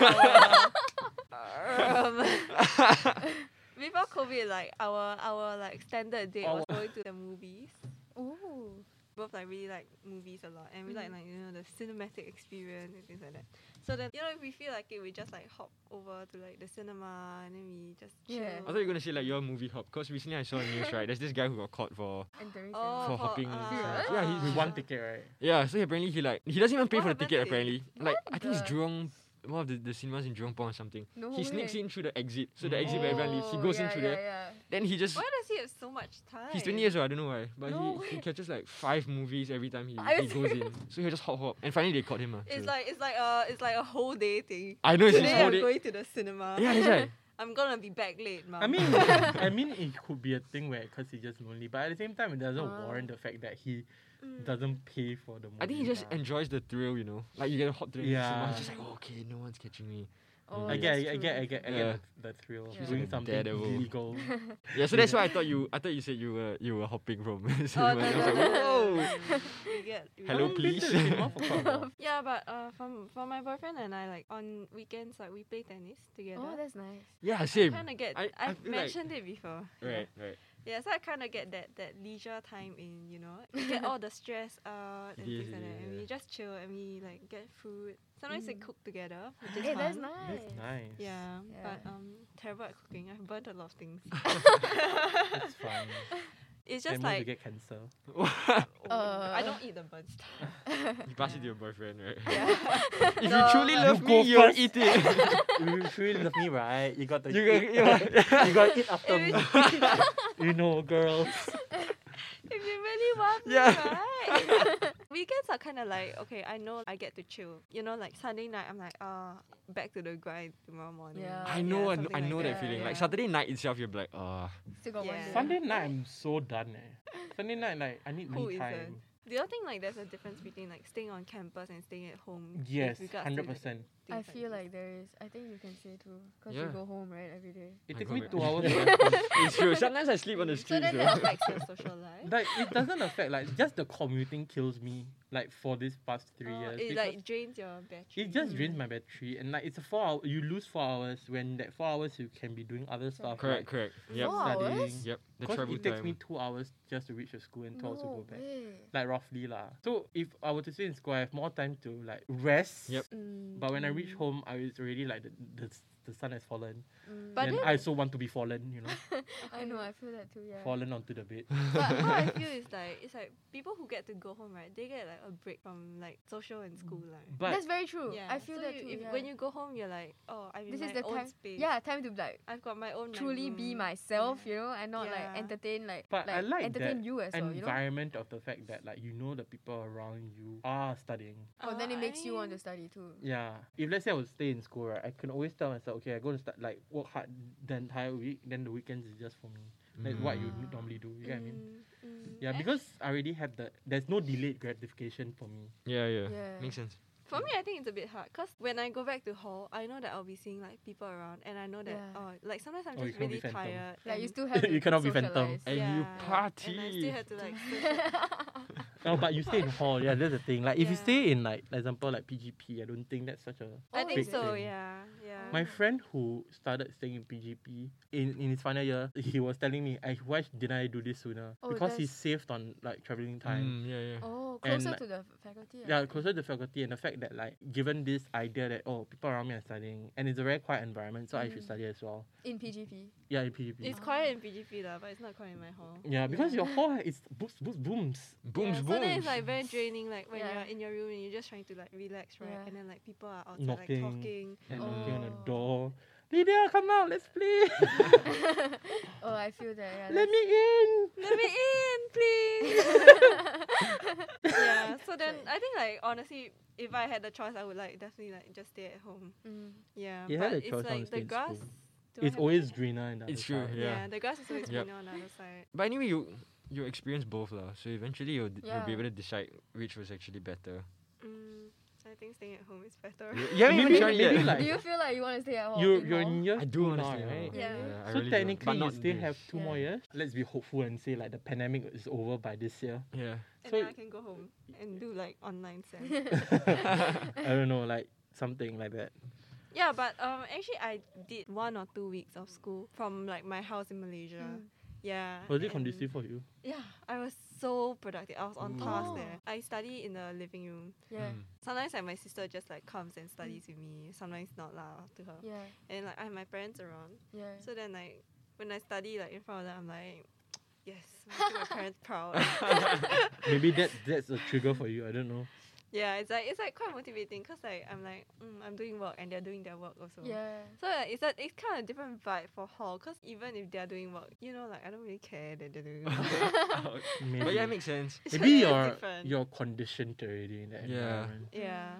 A: um, before COVID, like our our like standard date was going to the movies.
E: Ooh.
A: Both like really like movies a lot, and we like
E: Mm.
A: like you know the cinematic experience and things like that. So then you know if we feel like it, we just like hop over to like the cinema, and then we just chill.
E: Yeah.
C: I thought you were gonna say like your movie hop, cause recently I saw in news right. There's this guy who got caught for
E: Entering
A: Oh,
C: for
A: for-
C: hopping.
A: uh,
C: stuff.
A: Yeah.
C: yeah, he's
D: With
A: Ah.
D: one ticket, right?
C: Yeah, so apparently he like he doesn't even pay
A: What
C: for the
A: happened
C: ticket
A: to him?
C: apparently. Like I think
E: the-
C: it's Jurong one of the, the cinemas in Jurong Point or something.
A: Oh,
E: No
C: he sneaks
E: way.
C: in through the exit. So the
E: Oh,
C: exit where everyone leaves. He goes in
E: yeah,
C: through
E: yeah,
C: there.
E: yeah.
C: Then he just
A: Why does he have so much time?
C: He's 20 years old, I don't know why. But
A: No
C: he,
A: way.
C: he catches like five movies every time he,
E: Are you
C: he goes in. So he'll just hop hop. And finally they caught him. Uh,
A: It's like it's like a it's like a whole day thing.
C: I know it's his
A: Today
C: whole
A: I'm
C: day.
A: going to the cinema.
C: Yeah, that's right.
A: I'm gonna be back late, mom.
D: I mean, I mean, it could be a thing where because he's just lonely, but at the same time, it doesn't
A: Uh-huh.
E: Ah.
D: warrant the fact that he
A: Mm.
D: doesn't pay for the movie.
C: I think he just
D: lah.
C: enjoys the thrill, you know. Like you get a hot drink. Yeah.
D: Yeah.
C: It's just like, oh, okay, no one's catching me.
E: Oh,
D: I get, I
E: that's
D: get, I get, I
E: true.
D: get, I get
C: Yeah.
D: the, the thrill of
E: He's
D: doing
C: like a
D: something
C: daredevil.
D: illegal.
C: Yeah, so that's why I thought you I thought you said you were you were hopping from cinema.
A: Oh, no,
C: I was
A: no,
C: like,
A: no, no,
C: whoa.
A: We get- we
C: Hello,
A: get-
D: Been to the
C: please.
D: cinema for quite a while.
A: Yeah, but uh, from for my boyfriend and I, like on weekends, like we play tennis together.
E: Oh, that's nice.
C: Yeah, same.
A: Kind of get.
C: I- I
A: have
C: feel like-
A: mentioned it before.
C: Right, right.
A: Yeah, so I kind of get that that leisure time in, you know, we get all the stress out and
C: Yeah,
A: things like
C: yeah,
A: that, and
C: yeah.
A: we just chill and we like get food. Sometimes we
E: Mm.
A: cook together, which is
E: Hey, that's
A: fun.
E: nice.
D: That's nice.
A: Yeah, but
E: Yeah.
A: um, terrible at cooking. I've burnt a lot of things.
D: That's fine.
A: It's
D: Just
A: just like
D: to get cancer.
A: I
E: Uh.
A: don't eat the burnt stuff.
C: you pass it to your boyfriend, right?
A: Yeah.
C: if you
A: No.
C: truly
A: You
C: love me,
D: go
C: you'll
D: first.
C: eat it.
D: you really love me, right? You got the.
C: you,
D: You,
C: got- yeah.
D: you got it after me.
A: If
D: you know, girls.
A: If you really want me,
C: Yeah.
A: right? Weekends are kind of like, okay, I know I get to chill. You know, like Sunday night, I'm like, uh, back to the grind tomorrow morning.
E: Yeah.
C: I know, I
A: something
C: know, I
A: like
C: know that,
E: that,
C: feeling. Like
E: yeah.
C: Saturday night itself, you're like, ah.
E: Still got
A: Yeah.
E: one day.
D: Sunday night, I'm so done. Eh. Sunday night, like I need
A: Who
D: me time.
A: isn't? Do you think like there's a difference between like staying on campus and staying at home? with
D: Yes,
A: regards to,
D: hundred
A: like,
D: percent.
E: I
A: things
E: feel
A: this?
E: like there is. I think you can say too, cause
C: Yeah.
E: you go home right every day.
D: It
C: I
D: takes
C: got
D: me
C: it.
D: two hours.
C: Yeah.
D: to get home.
C: it's true. Sometimes I sleep on the
A: so
C: streets.
A: then
C: though.
A: that affects your social life.
D: like it doesn't affect. Like just the commuting kills me. Like for this past three
E: Uh,
A: Oh,
D: years.
A: it
D: because
A: like mm. drains your battery.
D: it just drains my battery, and like it's a four hour. You lose four hours when that four hours you can be doing other stuff.
C: Correct,
D: Like,
C: correct. Yep,
E: Four
D: studying.
E: hours?
C: yep. The
D: 'Cause
C: travel
D: it takes
C: time.
D: me two hours just to reach the school and two hours to go
E: No
D: back.
E: way.
D: Like roughly lah. So if I were to stay in school, I have more time to like rest.
C: Yep.
E: Mm,
D: But when I reach
E: mm,
D: home, I was already like the the, the sun has fallen.
E: mm.
A: But
D: and
A: then-
D: I also want to be fallen, you know,
E: I know I feel that too. Yeah.
D: fallen onto the bed.
A: but what I feel is like it's like people who get to go home, right? They get like a break from like social and school life.
D: But
E: That's very true.
A: Yeah,
E: I feel
A: so
E: that
A: you-
E: too.
A: if-
E: yeah.
A: When you go home, you're like, oh, I'm
E: this
A: in
E: is
A: my
E: the
A: own
E: time.
A: space.
E: Yeah, time to like
A: I've got my own. like,
E: truly be
A: room.
E: myself,
A: Yeah.
E: you know, and not
A: Yeah.
E: like entertain like
D: But I like
E: entertain
D: that
E: you as well, you know.
D: environment of the fact that like you know the people around you are studying.
E: Oh, then
A: Uh,
E: it
A: I
E: makes you want to
A: mean,
E: study too.
D: Yeah. If let's say I would stay in school, right, I can always tell myself, okay, I going to start like work hard the entire week. Then the weekends is just for me. Like what you
A: Mm.
D: normally do. You get what I mean?
A: mm, mm.
D: Yeah,
A: Actu-
D: because I already have the. There's no delayed gratification for me.
C: Yeah, yeah,
E: Yeah.
C: Makes sense.
A: for me, I think it's a bit hard. Cause when I go back to hall, I know that I'll be seeing like people around, and I know that
E: Yeah.
A: oh, like sometimes I'm
D: Oh, you
A: just
D: cannot
A: really
D: be phantom.
A: tired.
E: Like you
A: and-
E: still have
D: You
E: to
D: cannot be phantom.
E: socialise.
C: And you
A: yeah, And I
C: party.
A: still had to like.
D: No, but you stay in hall. Yeah, that's the thing. Like if you
A: Yeah.
D: stay in like, like example, like PGP, I don't think that's such a.
A: I
E: Oh,
A: think
D: Big
A: so.
D: thing.
A: Yeah, yeah.
D: My friend who started staying in PGP in, in his final year, he was telling me, I why didn't I do this sooner?
E: Oh,
D: because he
E: that's-
D: saved on like traveling time.
C: Mm, yeah, yeah.
E: Oh,
D: And
E: closer
D: like-
E: to the faculty.
D: Yeah, closer to faculty and the fact that like given this idea that oh people around me are studying and it's a very quiet environment, so I should
E: Mm.
D: study as well.
E: In PGP.
D: Yeah, in PGP.
A: it's quiet in PGP lah, but it's not quiet in my hall.
D: yeah, because your hall is booms, booms, booms.
C: Booms,
A: yeah,
C: booms.
A: So then it's like very draining, like when
E: Yeah.
A: you're in your room and you're just trying to like relax, right?
E: Yeah.
A: And then like people are outside
D: Knocking.
A: like talking.
D: And knocking on
E: Oh.
D: the door. Lydia, come out, let's play.
E: Oh, I feel that. Yeah,
D: Let me in.
A: Let me in, please. yeah. So then
E: Sorry.
A: I think like honestly, if I had the choice, I would like definitely like just stay at home.
E: that's- mm.
A: Yeah.
D: You had
A: but
D: a choice,
A: it's
D: I wanna
A: like
D: stay
A: the
D: in
A: grass.
D: school.
A: do I
D: It's
A: have-
D: always greener in the
C: It's
D: other
C: true,
D: side.
A: Yeah.
C: Yeah.
A: the grass is always
C: Yep.
A: greener on the other side.
C: But anyway, you you experience both lah. So eventually you'll, d you'll be
E: Yeah.
C: able to decide which was actually better.
A: Mm, I think staying at home is better.
C: You you haven't even
D: Maybe-
C: tried
D: maybe
C: yet.
D: like-
E: Do you feel like you want to stay at home?
D: You
E: in
D: you're
E: hall?
D: in year
C: Oh, I do
D: two
C: want to
D: now,
C: stay.
D: right?
E: Yeah.
C: I
D: So
C: really do, but
D: technically, you
C: not
D: still
C: this.
D: have two more
E: Yeah.
D: years. Let's be hopeful and say like the pandemic is over by this year.
C: Yeah.
A: And
D: So
A: then I can go home and do like online sense.
D: I don't know, like something like that.
A: yeah, but um actually I did one or two weeks of school from like my house in Malaysia.
E: Mm.
A: Yeah.
D: Was it
A: and-
D: conducive for you?
A: Yeah, I was so productive. I was on
C: Ooh.
A: task
E: Oh.
A: there. I study in the living room.
E: Yeah.
C: Mm.
A: Sometimes like my sister just like comes and studies with me. Sometimes not lah up to her.
E: Yeah.
A: And like I have my parents around.
E: Yeah.
A: So then like when I study like in front of them, I'm like, yes, making my parents proud.
D: Maybe that that's a trigger for you. I don't know.
A: yeah, it's like it's like quite motivating because like I'm like mm, I'm doing work and they're doing their work also.
E: Yeah.
A: So like, it's a it's kind of different vibe for hall because even if they're doing work, you know, like I don't really care that they're doing work.
C: Mm.
D: Maybe,
C: but yeah, it makes sense.
A: It's
D: maybe
A: just
D: you're
A: different.
D: you're conditioned already in that
C: Yeah.
D: environment.
A: yeah.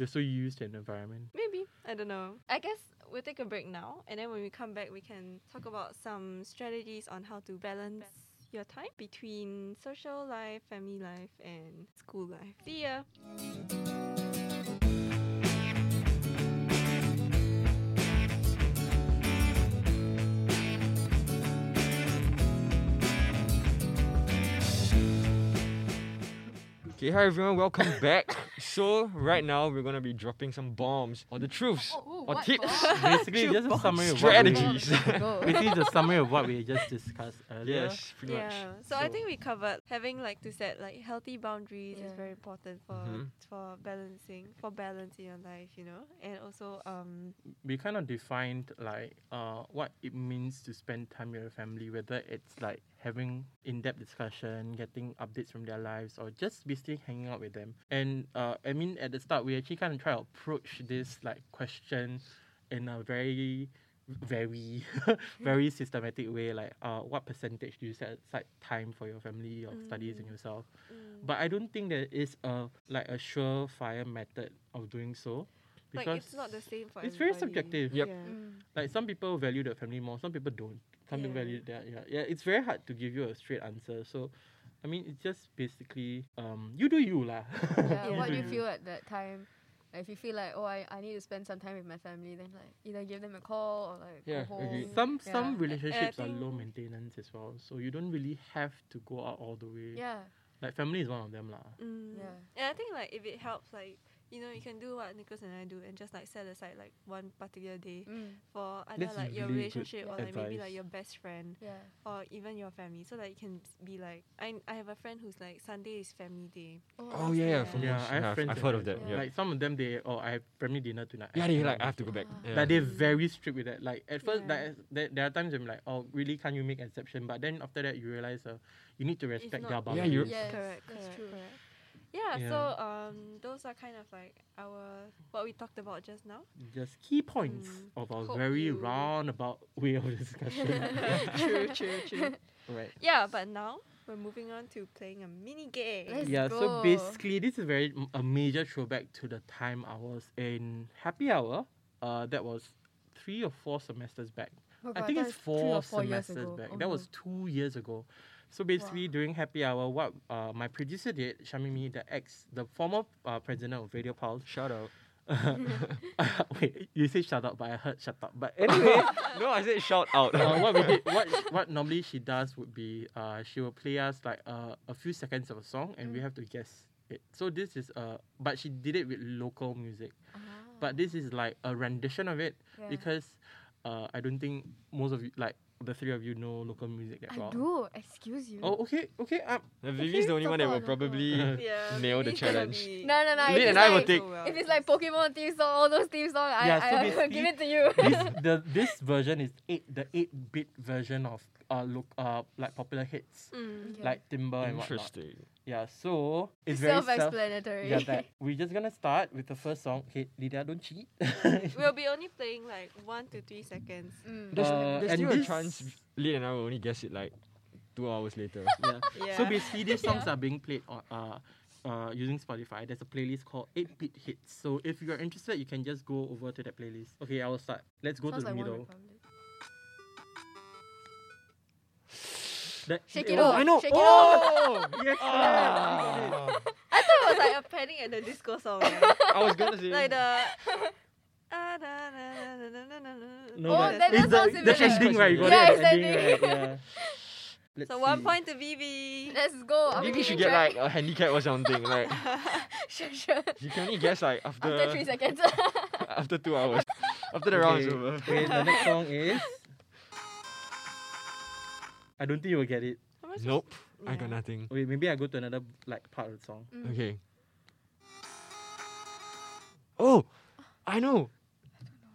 D: You're so used to an environment.
A: Maybe. I don't know. I guess we'll take a break now and then when we come back we can talk about some strategies on how to balance your time between social life, family life and school life. See ya.
C: Okay, hi everyone, welcome back. So right now we're gonna be dropping some bombs or the truths
B: Oh,
C: or
B: what
C: tips,
B: bombs?
D: Basically, just a summary of what we,
C: strategies.
E: Go. Mm.
D: basically the summary of what we just discussed earlier.
C: yes, pretty
A: yeah.
C: much.
A: So, I
D: So-
A: think we covered having like to set like healthy boundaries is
E: Yeah.
A: very important for
D: Mm-hmm.
C: Mhm.
A: for balancing for balance in your life, you know, and also um
D: we kind of defined like uh, what it means to spend time with your family, whether it's like having in-depth discussion, getting updates from their lives, or just basically hanging out with them. And uh, I mean, at the start, we actually kind of try to approach this like question in a very very very systematic way like uh what percentage do you set aside time for your family or
A: Mm.
D: studies and yourself but i don't think there is a like a surefire method of doing so because
A: like it's not the same for
D: it's very
A: everybody.
D: subjective.
C: Yep.
A: Yeah.
D: like some people value their family more, some people don't. Some people
A: Yeah.
D: value that yeah. Yeah, it's very hard to give you a straight answer. So I mean it's just basically um you do you lah.
A: Yeah.
E: Yeah, What do you
D: Mhm.
E: feel at that time? Like, if you feel like, oh, I, I need to spend some time with my family, then like either give them a call or like
C: Yeah,
E: go home.
C: agree.
D: some
E: Yeah.
D: some
E: And-
D: relationships are low
A: think-
D: maintenance as well. So you don't really have to go out all the way.
E: Yeah.
D: Like family is one of them lah.
A: Mm.
E: Yeah.
A: And I think like if it helps like you know, you can do what Nicholas and I do and just like set aside like one particular day
E: Mm.
A: for either
D: That's
A: like your
D: really good
A: relationship or like maybe
D: advice.
A: like your best friend
E: Yeah.
A: or even your family. So that you can be like I I have a friend who's like Sunday is family day.
C: Oh yeah, yeah, from
A: Yeah,
D: Yeah,
C: most-
D: I have
C: I've,
D: friends
C: I've
D: like
C: heard of
D: that.
C: that. Yeah,
D: Like some of them they oh I have family dinner tonight. I
C: yeah, they
D: cannot
C: like I
D: make
C: have to go back.
E: Ah.
C: Yeah.
D: Like they're very strict with that. Like at
A: Yeah.
D: first, that there, there are times when I'm like, oh, really? Can't you make exception? But then after that, you realize, uh, you need to respect
A: not-
D: their
C: Yeah,
D: boundaries.
C: you-
E: Yes,
A: correct,
E: that's
A: correct,
E: true.
A: correct. Yeah,
D: Yeah.
A: so um those are kind of like our what we talked about just now.
D: just key points
A: Mm.
E: Hmm.
D: of our
A: Hope
D: very
A: you-
D: roundabout way of discussion.
A: true, true, true.
D: right.
A: Yeah, but now we're moving on to playing a mini game.
E: Let's
D: yeah.
E: go.
D: So basically, this is very a major throwback to the time I was in happy hour. Uh, that was three or four semesters back.
E: Oh
D: I
E: God,
D: think
E: that
D: it's
E: was three
D: four,
E: or four years
D: semesters
E: ago.
D: back.
E: Oh
D: that
E: no.
D: was two years ago. So basically, during happy hour, what uh, my producer did, Shamimi, the ex, the former uh, president of Radio Pulse,
C: Shout out.
D: Wait, you say shut up, but I heard shut up. But anyway,
C: no, I said shout out.
D: uh, what we did, what what normally she does would be, uh, she will play us like uh, a few seconds of a song, and we
E: Mm.
D: have to guess it. So this is uh, but she did it with local music,
E: Uh-huh.
D: but this is like a rendition of it
E: Yeah.
D: because, uh, I don't think most of you like the three of you know local music that
E: I
D: well.
E: do. Excuse you.
D: Oh, okay, okay. Um,
C: Vivi's the only one that will
E: shout out.
C: probably
A: Yeah,
C: nail the
A: Vinny's gonna
C: challenge.
A: be-
E: No, no, no. if
C: Lin and
E: it's
C: I will
E: like-
C: take-
E: If it's like Pokemon theme song, all those theme songs, I,
D: Yeah, so
E: I, will give
D: basically-
E: it to you.
D: this the this version is eight the eight bit version of uh look uh like popular hits.
A: Mm.
E: Yeah.
D: Like timber and whatnot.
C: Interesting.
D: Yeah, so it's very self
E: Self-explanatory.
D: Yeah, that. We're just gonna start with the first song. Hey, Lydia, don't cheat.
A: We'll be only playing like one to three seconds.
E: Mm.
C: There's,
D: Uh,
C: there's
D: and
C: still a
D: this-
C: chance Lee and I will only guess it like two hours later.
D: yeah.
A: Yeah.
D: So basically, these songs are being played on uh, uh, using Spotify. There's a playlist called 8 Bit Hits. So if you are interested, you can just go over to that playlist. Okay, I will start. Let's go
E: Sounds
D: to the
E: like One
D: middle.
E: Republic.
D: That-
E: Shake it
D: oh,
E: off.
D: I know.
E: Shake it off.
C: Oh! Ah!
D: Yes, you got it.
A: I thought it was like a panic at the disco song. right?
C: I was gonna say.
A: like the. Ah, da, da, da, da, da, da, da, da.
D: No,
E: Oh,
D: that-
E: that
D: it's
E: does
D: the,
E: sound
D: that's
E: similar.
D: ending, right? You got
E: Yeah,
D: it.
E: it's
D: ending,
E: ending.
D: right? Yeah. Let's
A: So one
D: see.
A: point to Vivi.
E: Let's go. After
C: Maybe you should
E: this
C: get like
E: track-
C: a handicap or something. Like
E: sure, sure.
C: you can only guess like after
E: After three seconds.
C: after two hours. After the round is
D: Okay,
C: over.
D: okay, the next song is. I don't think you will get it.
A: How much is-
C: Nope. I
A: Yeah.
C: got nothing.
D: Wait, maybe I go to another like part of the song.
E: Mm.
C: Okay. Oh, I know.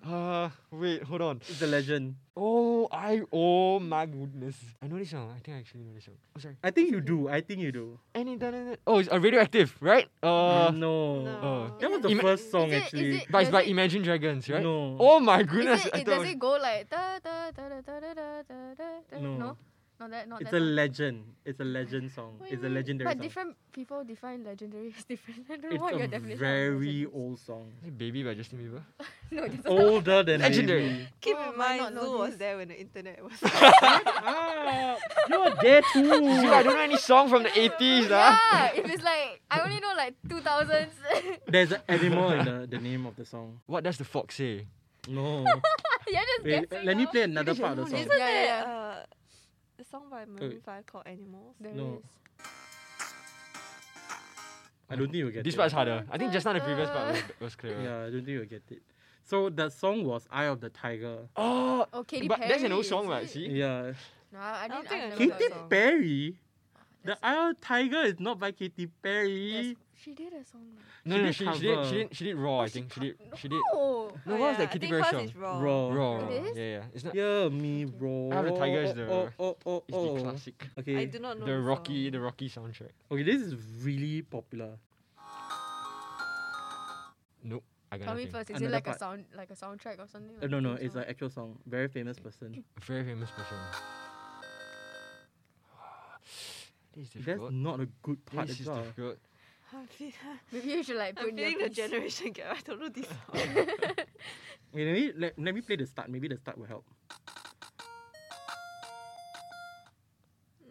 C: Uh, wait, hold on.
D: It's a legend.
C: Oh, I. Oh my goodness. I know this song. I think I actually know this song. Oh, sorry.
D: I think you do. I think you do.
C: Any dun- dun- dun- Oh, it's a radioactive, right? Uh,
D: no.
A: No.
D: That was the
C: Ima-
D: first song
E: Is it- is
D: actually.
E: it-
C: but it's
E: Does
C: by Imagine Dragons, right?
D: No.
C: Oh my
E: Is
C: goodness.
E: it,
C: I
E: it,
C: thought
E: does it go like da da da da da da da da da? da?
D: No.
E: no, not that, not
D: It's
E: that.
D: a
E: song.
D: legend. It's a legend song.
E: What do
D: it's
E: you
D: a
E: mean?
D: legendary
E: But
D: song.
E: different people define legendary as different. I don't know what your
D: It's a
E: definition. of
D: very
E: legend is.
D: old Oh, song.
C: Is it Baby by Justin Bieber.
E: No, that's not.
D: Older than
C: Legendary.
D: Baby.
A: Keep
E: Oh,
A: in
E: might
A: mind,
E: not know
A: Lou was
E: this.
A: there when the internet was.
D: Ah, you're there
C: See, I
D: too.
C: don't know any song from the 80s, ah.
E: Yeah, if it's like I only know like two thousands.
D: There's an animal in the, the name of the song.
C: What does the fox say?
D: No.
E: You're just
D: Wait,
E: guessing.
D: let me
E: now.
D: play another part of the song.
A: Isn't
E: Yeah,
A: there
E: yeah,
A: uh, a song by Maroon 5 called Animals?
E: There is.
D: No. I don't think you'll get
C: This
D: it.
C: part's harder. I think just now the previous part was, was clearer.
D: Yeah, I don't think you'll get it. So the song was Eye of the Tiger.
C: Oh,
E: Oh, Katy
C: but
E: Perry.
C: that's an old
E: is
C: song, right?
E: it?
C: See?
D: Yeah.
E: No, I, I
A: don't
E: didn't.
A: think I know that
E: I never heard
D: Katy
E: that song.
D: Perry? The
E: That's-
D: Eye of the Tiger is not by Katy Perry.
E: Yes, she did a song. like-
C: No,
D: She
C: no,
D: did
C: she, she did.
D: cover.
C: She did. She did raw. I
E: she
C: think she
E: co-
C: did. She did.
D: Oh.
E: No.
C: No, what
A: yeah,
C: was that
A: I
C: Katy
A: think
C: Perry
A: hers
C: song?
A: is Raw.
D: Raw.
C: Raw.
E: It is?
C: Yeah, yeah. It's not.
D: Yeah, me, bro.
C: Eye of the Tiger is the-
D: Oh, oh, oh,
C: It's
D: oh.
C: the classic.
A: I
D: Okay.
A: do not know
C: The
A: the
C: Rocky.
A: song.
C: The Rocky soundtrack.
D: Okay, this is really popular.
C: Nope. I got
E: Tell me
C: nothing.
E: first. Is it
D: Another
E: like a
D: part.
E: sound, like a soundtrack or something?
D: Uh,
E: Like
D: no,
E: a
D: no,
E: theme
D: it's
E: song?
D: an actual song. Very famous person.
C: A Very famous person. this is
D: That's
C: difficult.
D: not a good part
C: This is
D: as well.
C: difficult.
A: I'm feeling,
E: Maybe you should like put
A: I'm
E: in your
A: feeling the
E: piece.
A: generation gap. I don't know this song.
D: Wait, let, me, let, let me play the start. Maybe the start will help.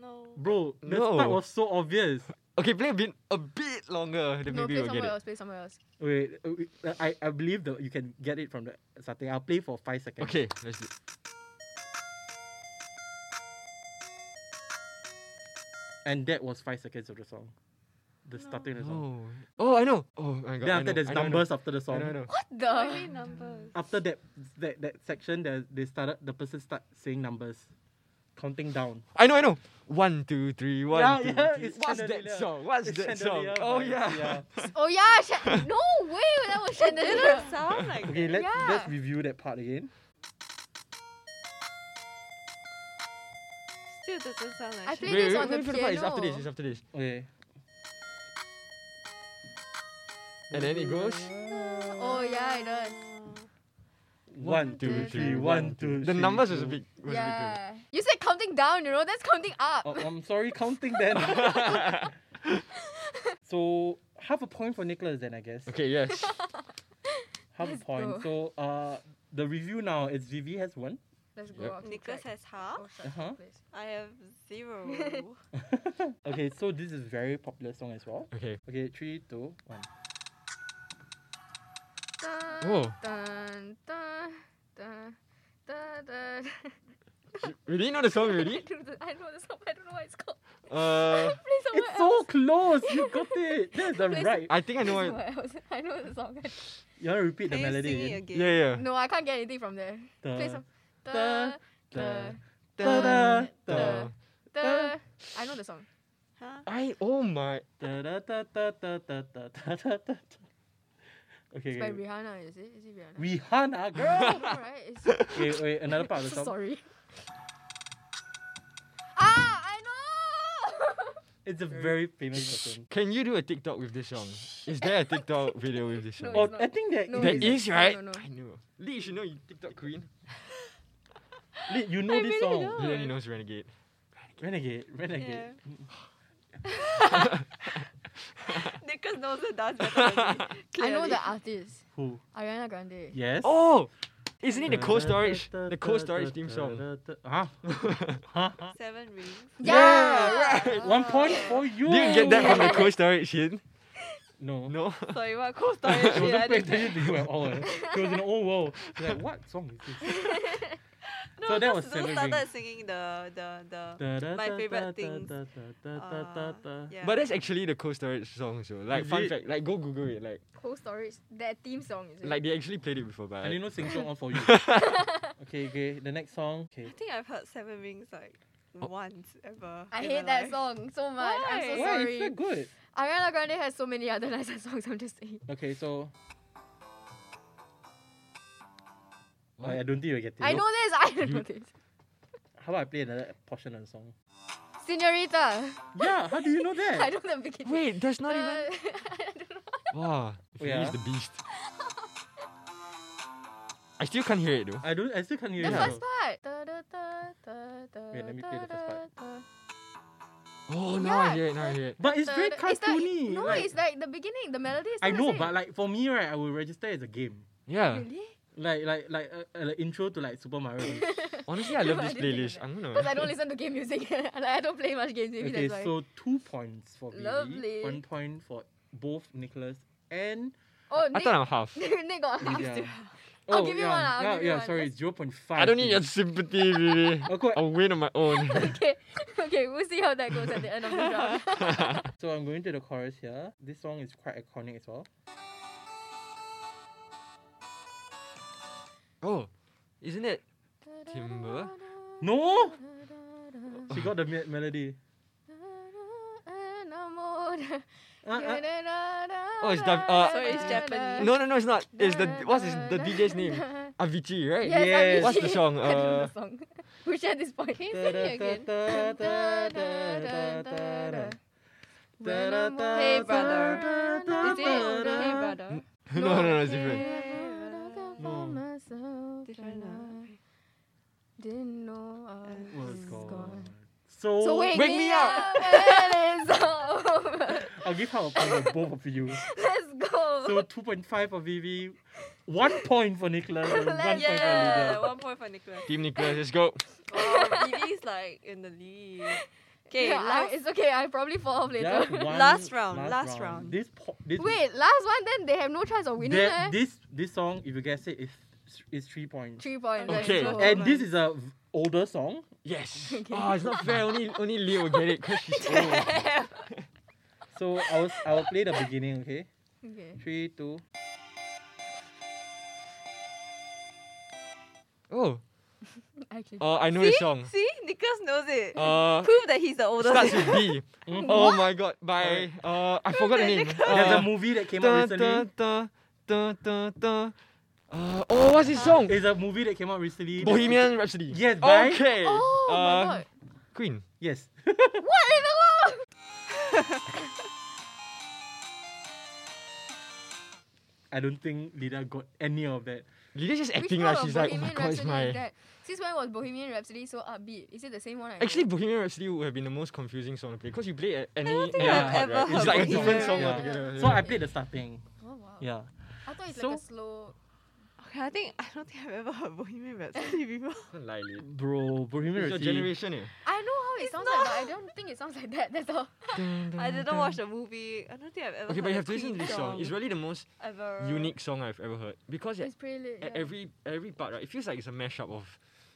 A: no.
D: Bro, the
C: No.
D: start was so obvious.
C: Okay, play a bit a bit longer. Then
E: No,
C: maybe
E: play
C: we'll get
E: somewhere
C: it.
E: else. Play somewhere else.
D: Wait, uh, wait, uh, I, I believe that you can get it from the starting. I'll play for five seconds.
C: Okay, let's do.
D: And that was five seconds of the song. The starting of the song.
C: Oh, oh, I know. Oh my god.
D: Then
C: I
D: after
C: know,
D: there's
C: I know, I know.
D: numbers after the
C: I
D: song.
C: know, I know.
E: What
A: What
E: the?
A: do you mean numbers?
D: After that that, that section there, they started the person start saying numbers. Counting down.
C: I know, I know. One, two, three, one,
D: Yeah,
C: two,
D: yeah,
C: three.
D: it's
C: What's that
D: Chandelier.
C: song? What's
D: It's
C: that song?
D: Chandelier
C: Oh
D: by-
C: yeah.
E: Oh yeah. Sha- no way. That was Chandelier.
A: Doesn't sound like
D: Okay,
A: that.
D: let's let's
E: Yeah.
D: review that part again.
A: Still doesn't sound like
E: I
A: Shakira.
E: Play this on the
C: for part. It's after this.
E: piano.
C: It's after this.
D: Okay.
C: And then it goes.
E: Oh yeah, it does.
D: One, two, three, one, two,
C: The
D: three,
C: numbers was a
D: two.
C: big. Was A
E: Yeah. You said counting down. You know that's counting up.
D: Oh, I'm sorry, counting then. so half a point for Nicholas then I guess.
C: big deal. Okay. Yes.
D: Half a
E: Let's
D: point. So uh the review now is Vivi has one.
E: Let's go.
C: Yep.
E: off the
A: Nicholas
E: track.
A: has half.
E: Oh, shut
D: Uh-huh.
E: up, please.
A: I have zero.
D: Okay, so this is very popular song as well.
C: okay.
D: Okay, three, two, one.
E: Dun,
C: Whoa.
E: dun, dun, dun, dun, dun.
C: Really? Know the
D: Oh,
C: song
E: I
C: really?
E: don't know- I know the song, but I don't know what it's called.
C: Uh,
E: Play somewhere
D: It's
E: else.
D: so close. You got it. That's the
E: Please.
D: right.
C: I think I
E: Play
C: know. it.
E: somewhere else. I know the song.
D: You wanna repeat
A: Can
D: the
A: you
D: melody?
A: sing it
D: again?
A: again?
C: Yeah, yeah.
E: No, I can't get anything from there. Play some.
D: Uh, da,
E: Da,
D: da,
E: da,
D: da, da, da,
C: Uh,
E: da. I know the song.
A: Huh?
C: I oh my.
D: da, da, da, da, da, da, da, da, da, da.
E: It's
D: Okay,
E: by
D: okay.
E: Rihanna, is it? Is it Rihanna?
D: Rihanna,
E: I
D: girl.
E: don't know, right? It's-
D: okay, wait, another part of
E: so
D: the song.
E: sorry. Ah, I know.
D: It's a very famous person.
C: Can you do a TikTok with this song? Is there a TikTok video with this
E: No,
C: song?
D: Oh,
E: it's not.
D: I think that
E: No,
C: there
E: it's
C: is,
E: not.
C: right?
E: No, no, no.
C: I know. Lee, you should know you TikTok queen.
D: You know
E: I
D: this
E: really
D: song.
E: don't.
C: Lee only knows Renegade.
D: Renegade, Renegade.
A: Yeah. Nicholas knows the dance better than me.
E: I know
A: Clearly.
E: the artist.
D: Who?
E: Ariana Grande.
D: Yes.
C: Oh, isn't it the Cold Storage? The Cold Storage theme song.
D: Huh? Huh?
A: Seven rings.
C: Yeah, right.
D: One point for you.
C: Did you get that from the Cold Storage Shin?
D: No.
C: No.
A: Sorry, what cool story
D: She
A: shit. I
D: wasn't paying
A: didn't-
D: attention to you at all. eh. She was in the old world. She's like, what song is this?
A: No,
D: So that
A: because
D: was
A: Lou
D: Seven
A: started
D: Rings.
A: singing the the the.
D: Da, da,
A: My
D: da,
A: favourite
D: da, da,
A: things.
D: da, da, da, da,
A: uh,
D: da.
A: yeah.
C: But that's actually the Cold Storage song, so like
D: Is
C: fun
D: it?
C: fact, like go Google it, like
E: Cold Storage. That theme song is it?
C: like they actually played it before, but
D: I didn't
C: like,
D: know sing song all for you. okay, okay. The next song. Okay.
A: I think I've heard Seven Rings like
D: Oh.
A: once ever.
E: I
A: in
E: hate
A: my
E: that
A: life.
E: song so much. I'm so
A: Why?
D: Why? It's
E: sorry.
D: not good.
E: Ariana Grande has so many other nicer songs. I'm just saying.
D: Okay, so. Like, I don't think you'll get it.
E: I know this. I don't know
C: You-
E: this.
D: How about I play another portion of the song?
E: Senorita.
D: Yeah, how do you know
E: I
D: that?
E: don't know the beginning.
C: Wait, there's not even.
E: The- I don't know.
C: Wow, if
D: Yeah.
C: yeah. the beast. I still can't hear it though.
D: I don't. I still can't hear
E: The
D: you.
E: first part. Da, da, da, da, da,
D: Wait, let me play the first part.
E: da, da.
C: Oh, now I
E: Yeah.
C: hear it. Now I hear it.
D: But it's
E: Da,
D: very
E: da- it's the-
D: cartoony.
E: No,
D: like-
E: it's like the beginning. The melody is
D: I
E: still the
D: know,
E: same.
D: but like for me, right, I will register as a game.
C: Yeah.
E: Really?
D: Like like like uh, uh, like intro to like Super Mario.
C: Honestly, I love
E: I
C: this
E: didn't think of
C: playlist.
E: that.
C: I'm gonna.
E: Because I don't listen to game music. like, I don't play much games. Maybe
D: okay,
E: that's why.
D: so two points for Bailey,
E: Lovely.
D: one point for both Nicholas and
E: oh,
C: I
E: Nick,
C: thought I'm half.
E: Nick got half
D: Lydia. Oh,
E: too. I'll give you
D: yeah,
E: one, I'll
D: yeah,
E: give you
D: yeah,
E: one.
D: sorry, zero point five.
C: I don't need your Oh. sympathy, baby.
D: Okay,
C: I'll win on my own.
E: Okay, okay, we'll see how that goes at the end of the round.
D: so I'm going to the chorus here. This song is quite iconic as well.
C: oh, isn't it? Timber?
D: No, she got the me- melody. Uh, uh,
C: Oh, it's Dav- uh,
A: So it's Japanese.
C: No, no, no, it's not. It's the what's his, the DJ's name? Avicii, right?
E: Yes, Avicii.
D: Yes.
C: What's the song?
E: I don't know
C: Uh,
E: the song. Which at this point.
B: Can you sing it again?
D: da- da- da- da- da- da. Da- da- da-
E: Hey,
D: da-
E: brother.
D: da- da-
B: Is it
D: da- da-
B: Hey Brother?
C: no, no, no, it's different.
A: Different, uh, okay.
E: Didn't know I
D: Oh
E: was
D: God.
E: gone.
D: So,
E: So wake,
C: Wake me up.
E: when it's over.
D: I'll give her a point for both of you.
E: Let's go.
D: So 2.5 for Vivi, 1 point for Nicholas, and 1 point for
A: Yeah,
D: Lydia.
A: one point for Nicholas.
C: Team Nicholas, let's go.
A: Wow, Vivi's like in the lead. Okay,
E: Yeah, I-
A: last
E: it's okay. I probably fall off later.
D: Yeah, one
A: Last round, last round.
D: This po- this
E: Wait, last one. Then they have no chance of winning.
D: that-
E: eh?
D: this this song, if you guess it, is is three points.
E: Three points. let's
C: Okay.
E: go.
D: and this is a v- older song.
C: Yes. Oh, it's not fair. Only only Leo will get it because she's old.
D: So I was I will play the beginning. Okay,
E: Okay.
D: three, two.
C: Oh,
E: Actually.
C: uh, I know the song.
A: See, Nicholas knows it.
D: Oh.
C: Uh,
A: Prove that he's the oldest.
C: starts with B.
D: Mm.
E: Mm-hmm.
C: Oh my god, by uh, I forgot the name.
D: There's a
C: Uh,
D: movie that came out
C: dun,
D: recently.
C: dun, dun, dun, dun, dun. Uh, oh, what's his song?
D: It's a movie that came out recently.
C: Bohemian Rhapsody.
D: Yes, by
C: Okay.
E: Oh
C: uh,
E: my god.
C: Queen.
D: yes.
E: What in the world?
D: I don't think Lida got any of that.
C: Lydia's just
E: Which
C: acting
E: part
C: like
E: of
C: she's like, oh
E: Bohemian
C: my god, it's
E: Rhapsody is
C: my.
E: that? Since when was Bohemian Rhapsody so upbeat? Is it the same one? I know?
C: Actually, Bohemian Rhapsody would have been the most confusing song to play because you play at any.
A: don't think
C: any part,
D: I've
A: ever
C: right? It's
A: heard
C: like a
A: Bohemian
C: different song
D: Rhapsody.
C: altogether.
D: So I played the starting.
E: Oh wow.
D: Yeah.
E: I thought it's like a
D: So-
E: slow.
A: Okay, I think I don't think I've ever heard Bohemian Rhapsody before.
C: Don't lie, Lily.
D: Bro, Bohemian
C: It's your
D: Rhapsody.
C: generation, eh?
E: I know how Oh, it
A: It's
E: sounds
A: not.
E: like, but I don't think it sounds like that. That's all.
A: I didn't watch the movie. I don't think I've ever.
C: Mm, Okay, but you
A: heard
C: have
A: the
C: to listen to
A: Queen
C: this song. It's really the most
A: ever.
C: unique song I've ever heard because at
E: It's pretty lit.
C: at
E: yeah.
C: every every part, right, it feels like it's a mashup of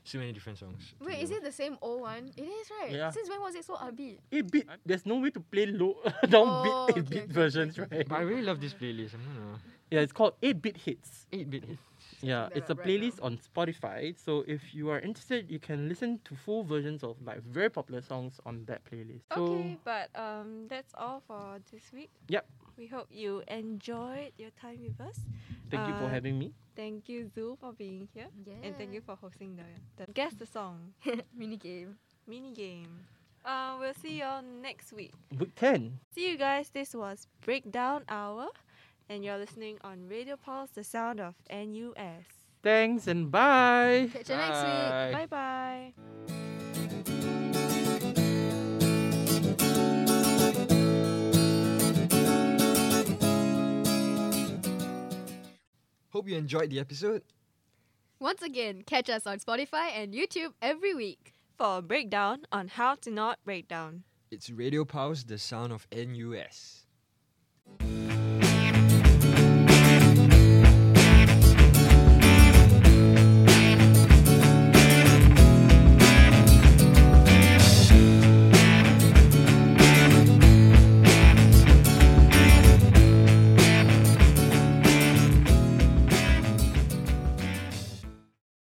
C: so many different songs.
E: Wait, is it the same old one? It is, right?
D: Yeah.
E: Since when was it so upbeat?
D: Eight bit. There's no way to play low down
E: Oh,
D: beat eight
E: okay,
D: bit
E: okay,
D: versions, right?
C: But I really love this playlist. I'm gonna
D: Yeah, it's called eight bit hits.
C: eight bit.
D: Yeah,
E: that
D: it's a
E: up right now.
D: playlist on Spotify. So if you are interested, you can listen to full versions of like very popular songs on that playlist. So
A: Okay, but um, that's all for this week.
D: Yep.
A: We hope you enjoyed your time with us.
D: thank you for
A: uh,
D: having me.
A: Thank you, Zul, for being here,
E: Yeah.
A: and thank you for hosting the, the guess the song
E: Mini game.
A: mini game. Uh, we'll see you all next week.
D: Week ten.
A: See you guys. This was Breakdown Hour, and you're listening on Radio Pulse, the sound of NUS.
D: Thanks and bye.
E: Catch you next week.
A: Bye bye.
C: Hope you enjoyed the episode.
B: Once again, catch us on Spotify and YouTube every week.
A: for a breakdown on how to not break down.
C: It's Radio Pulse, the sound of NUS.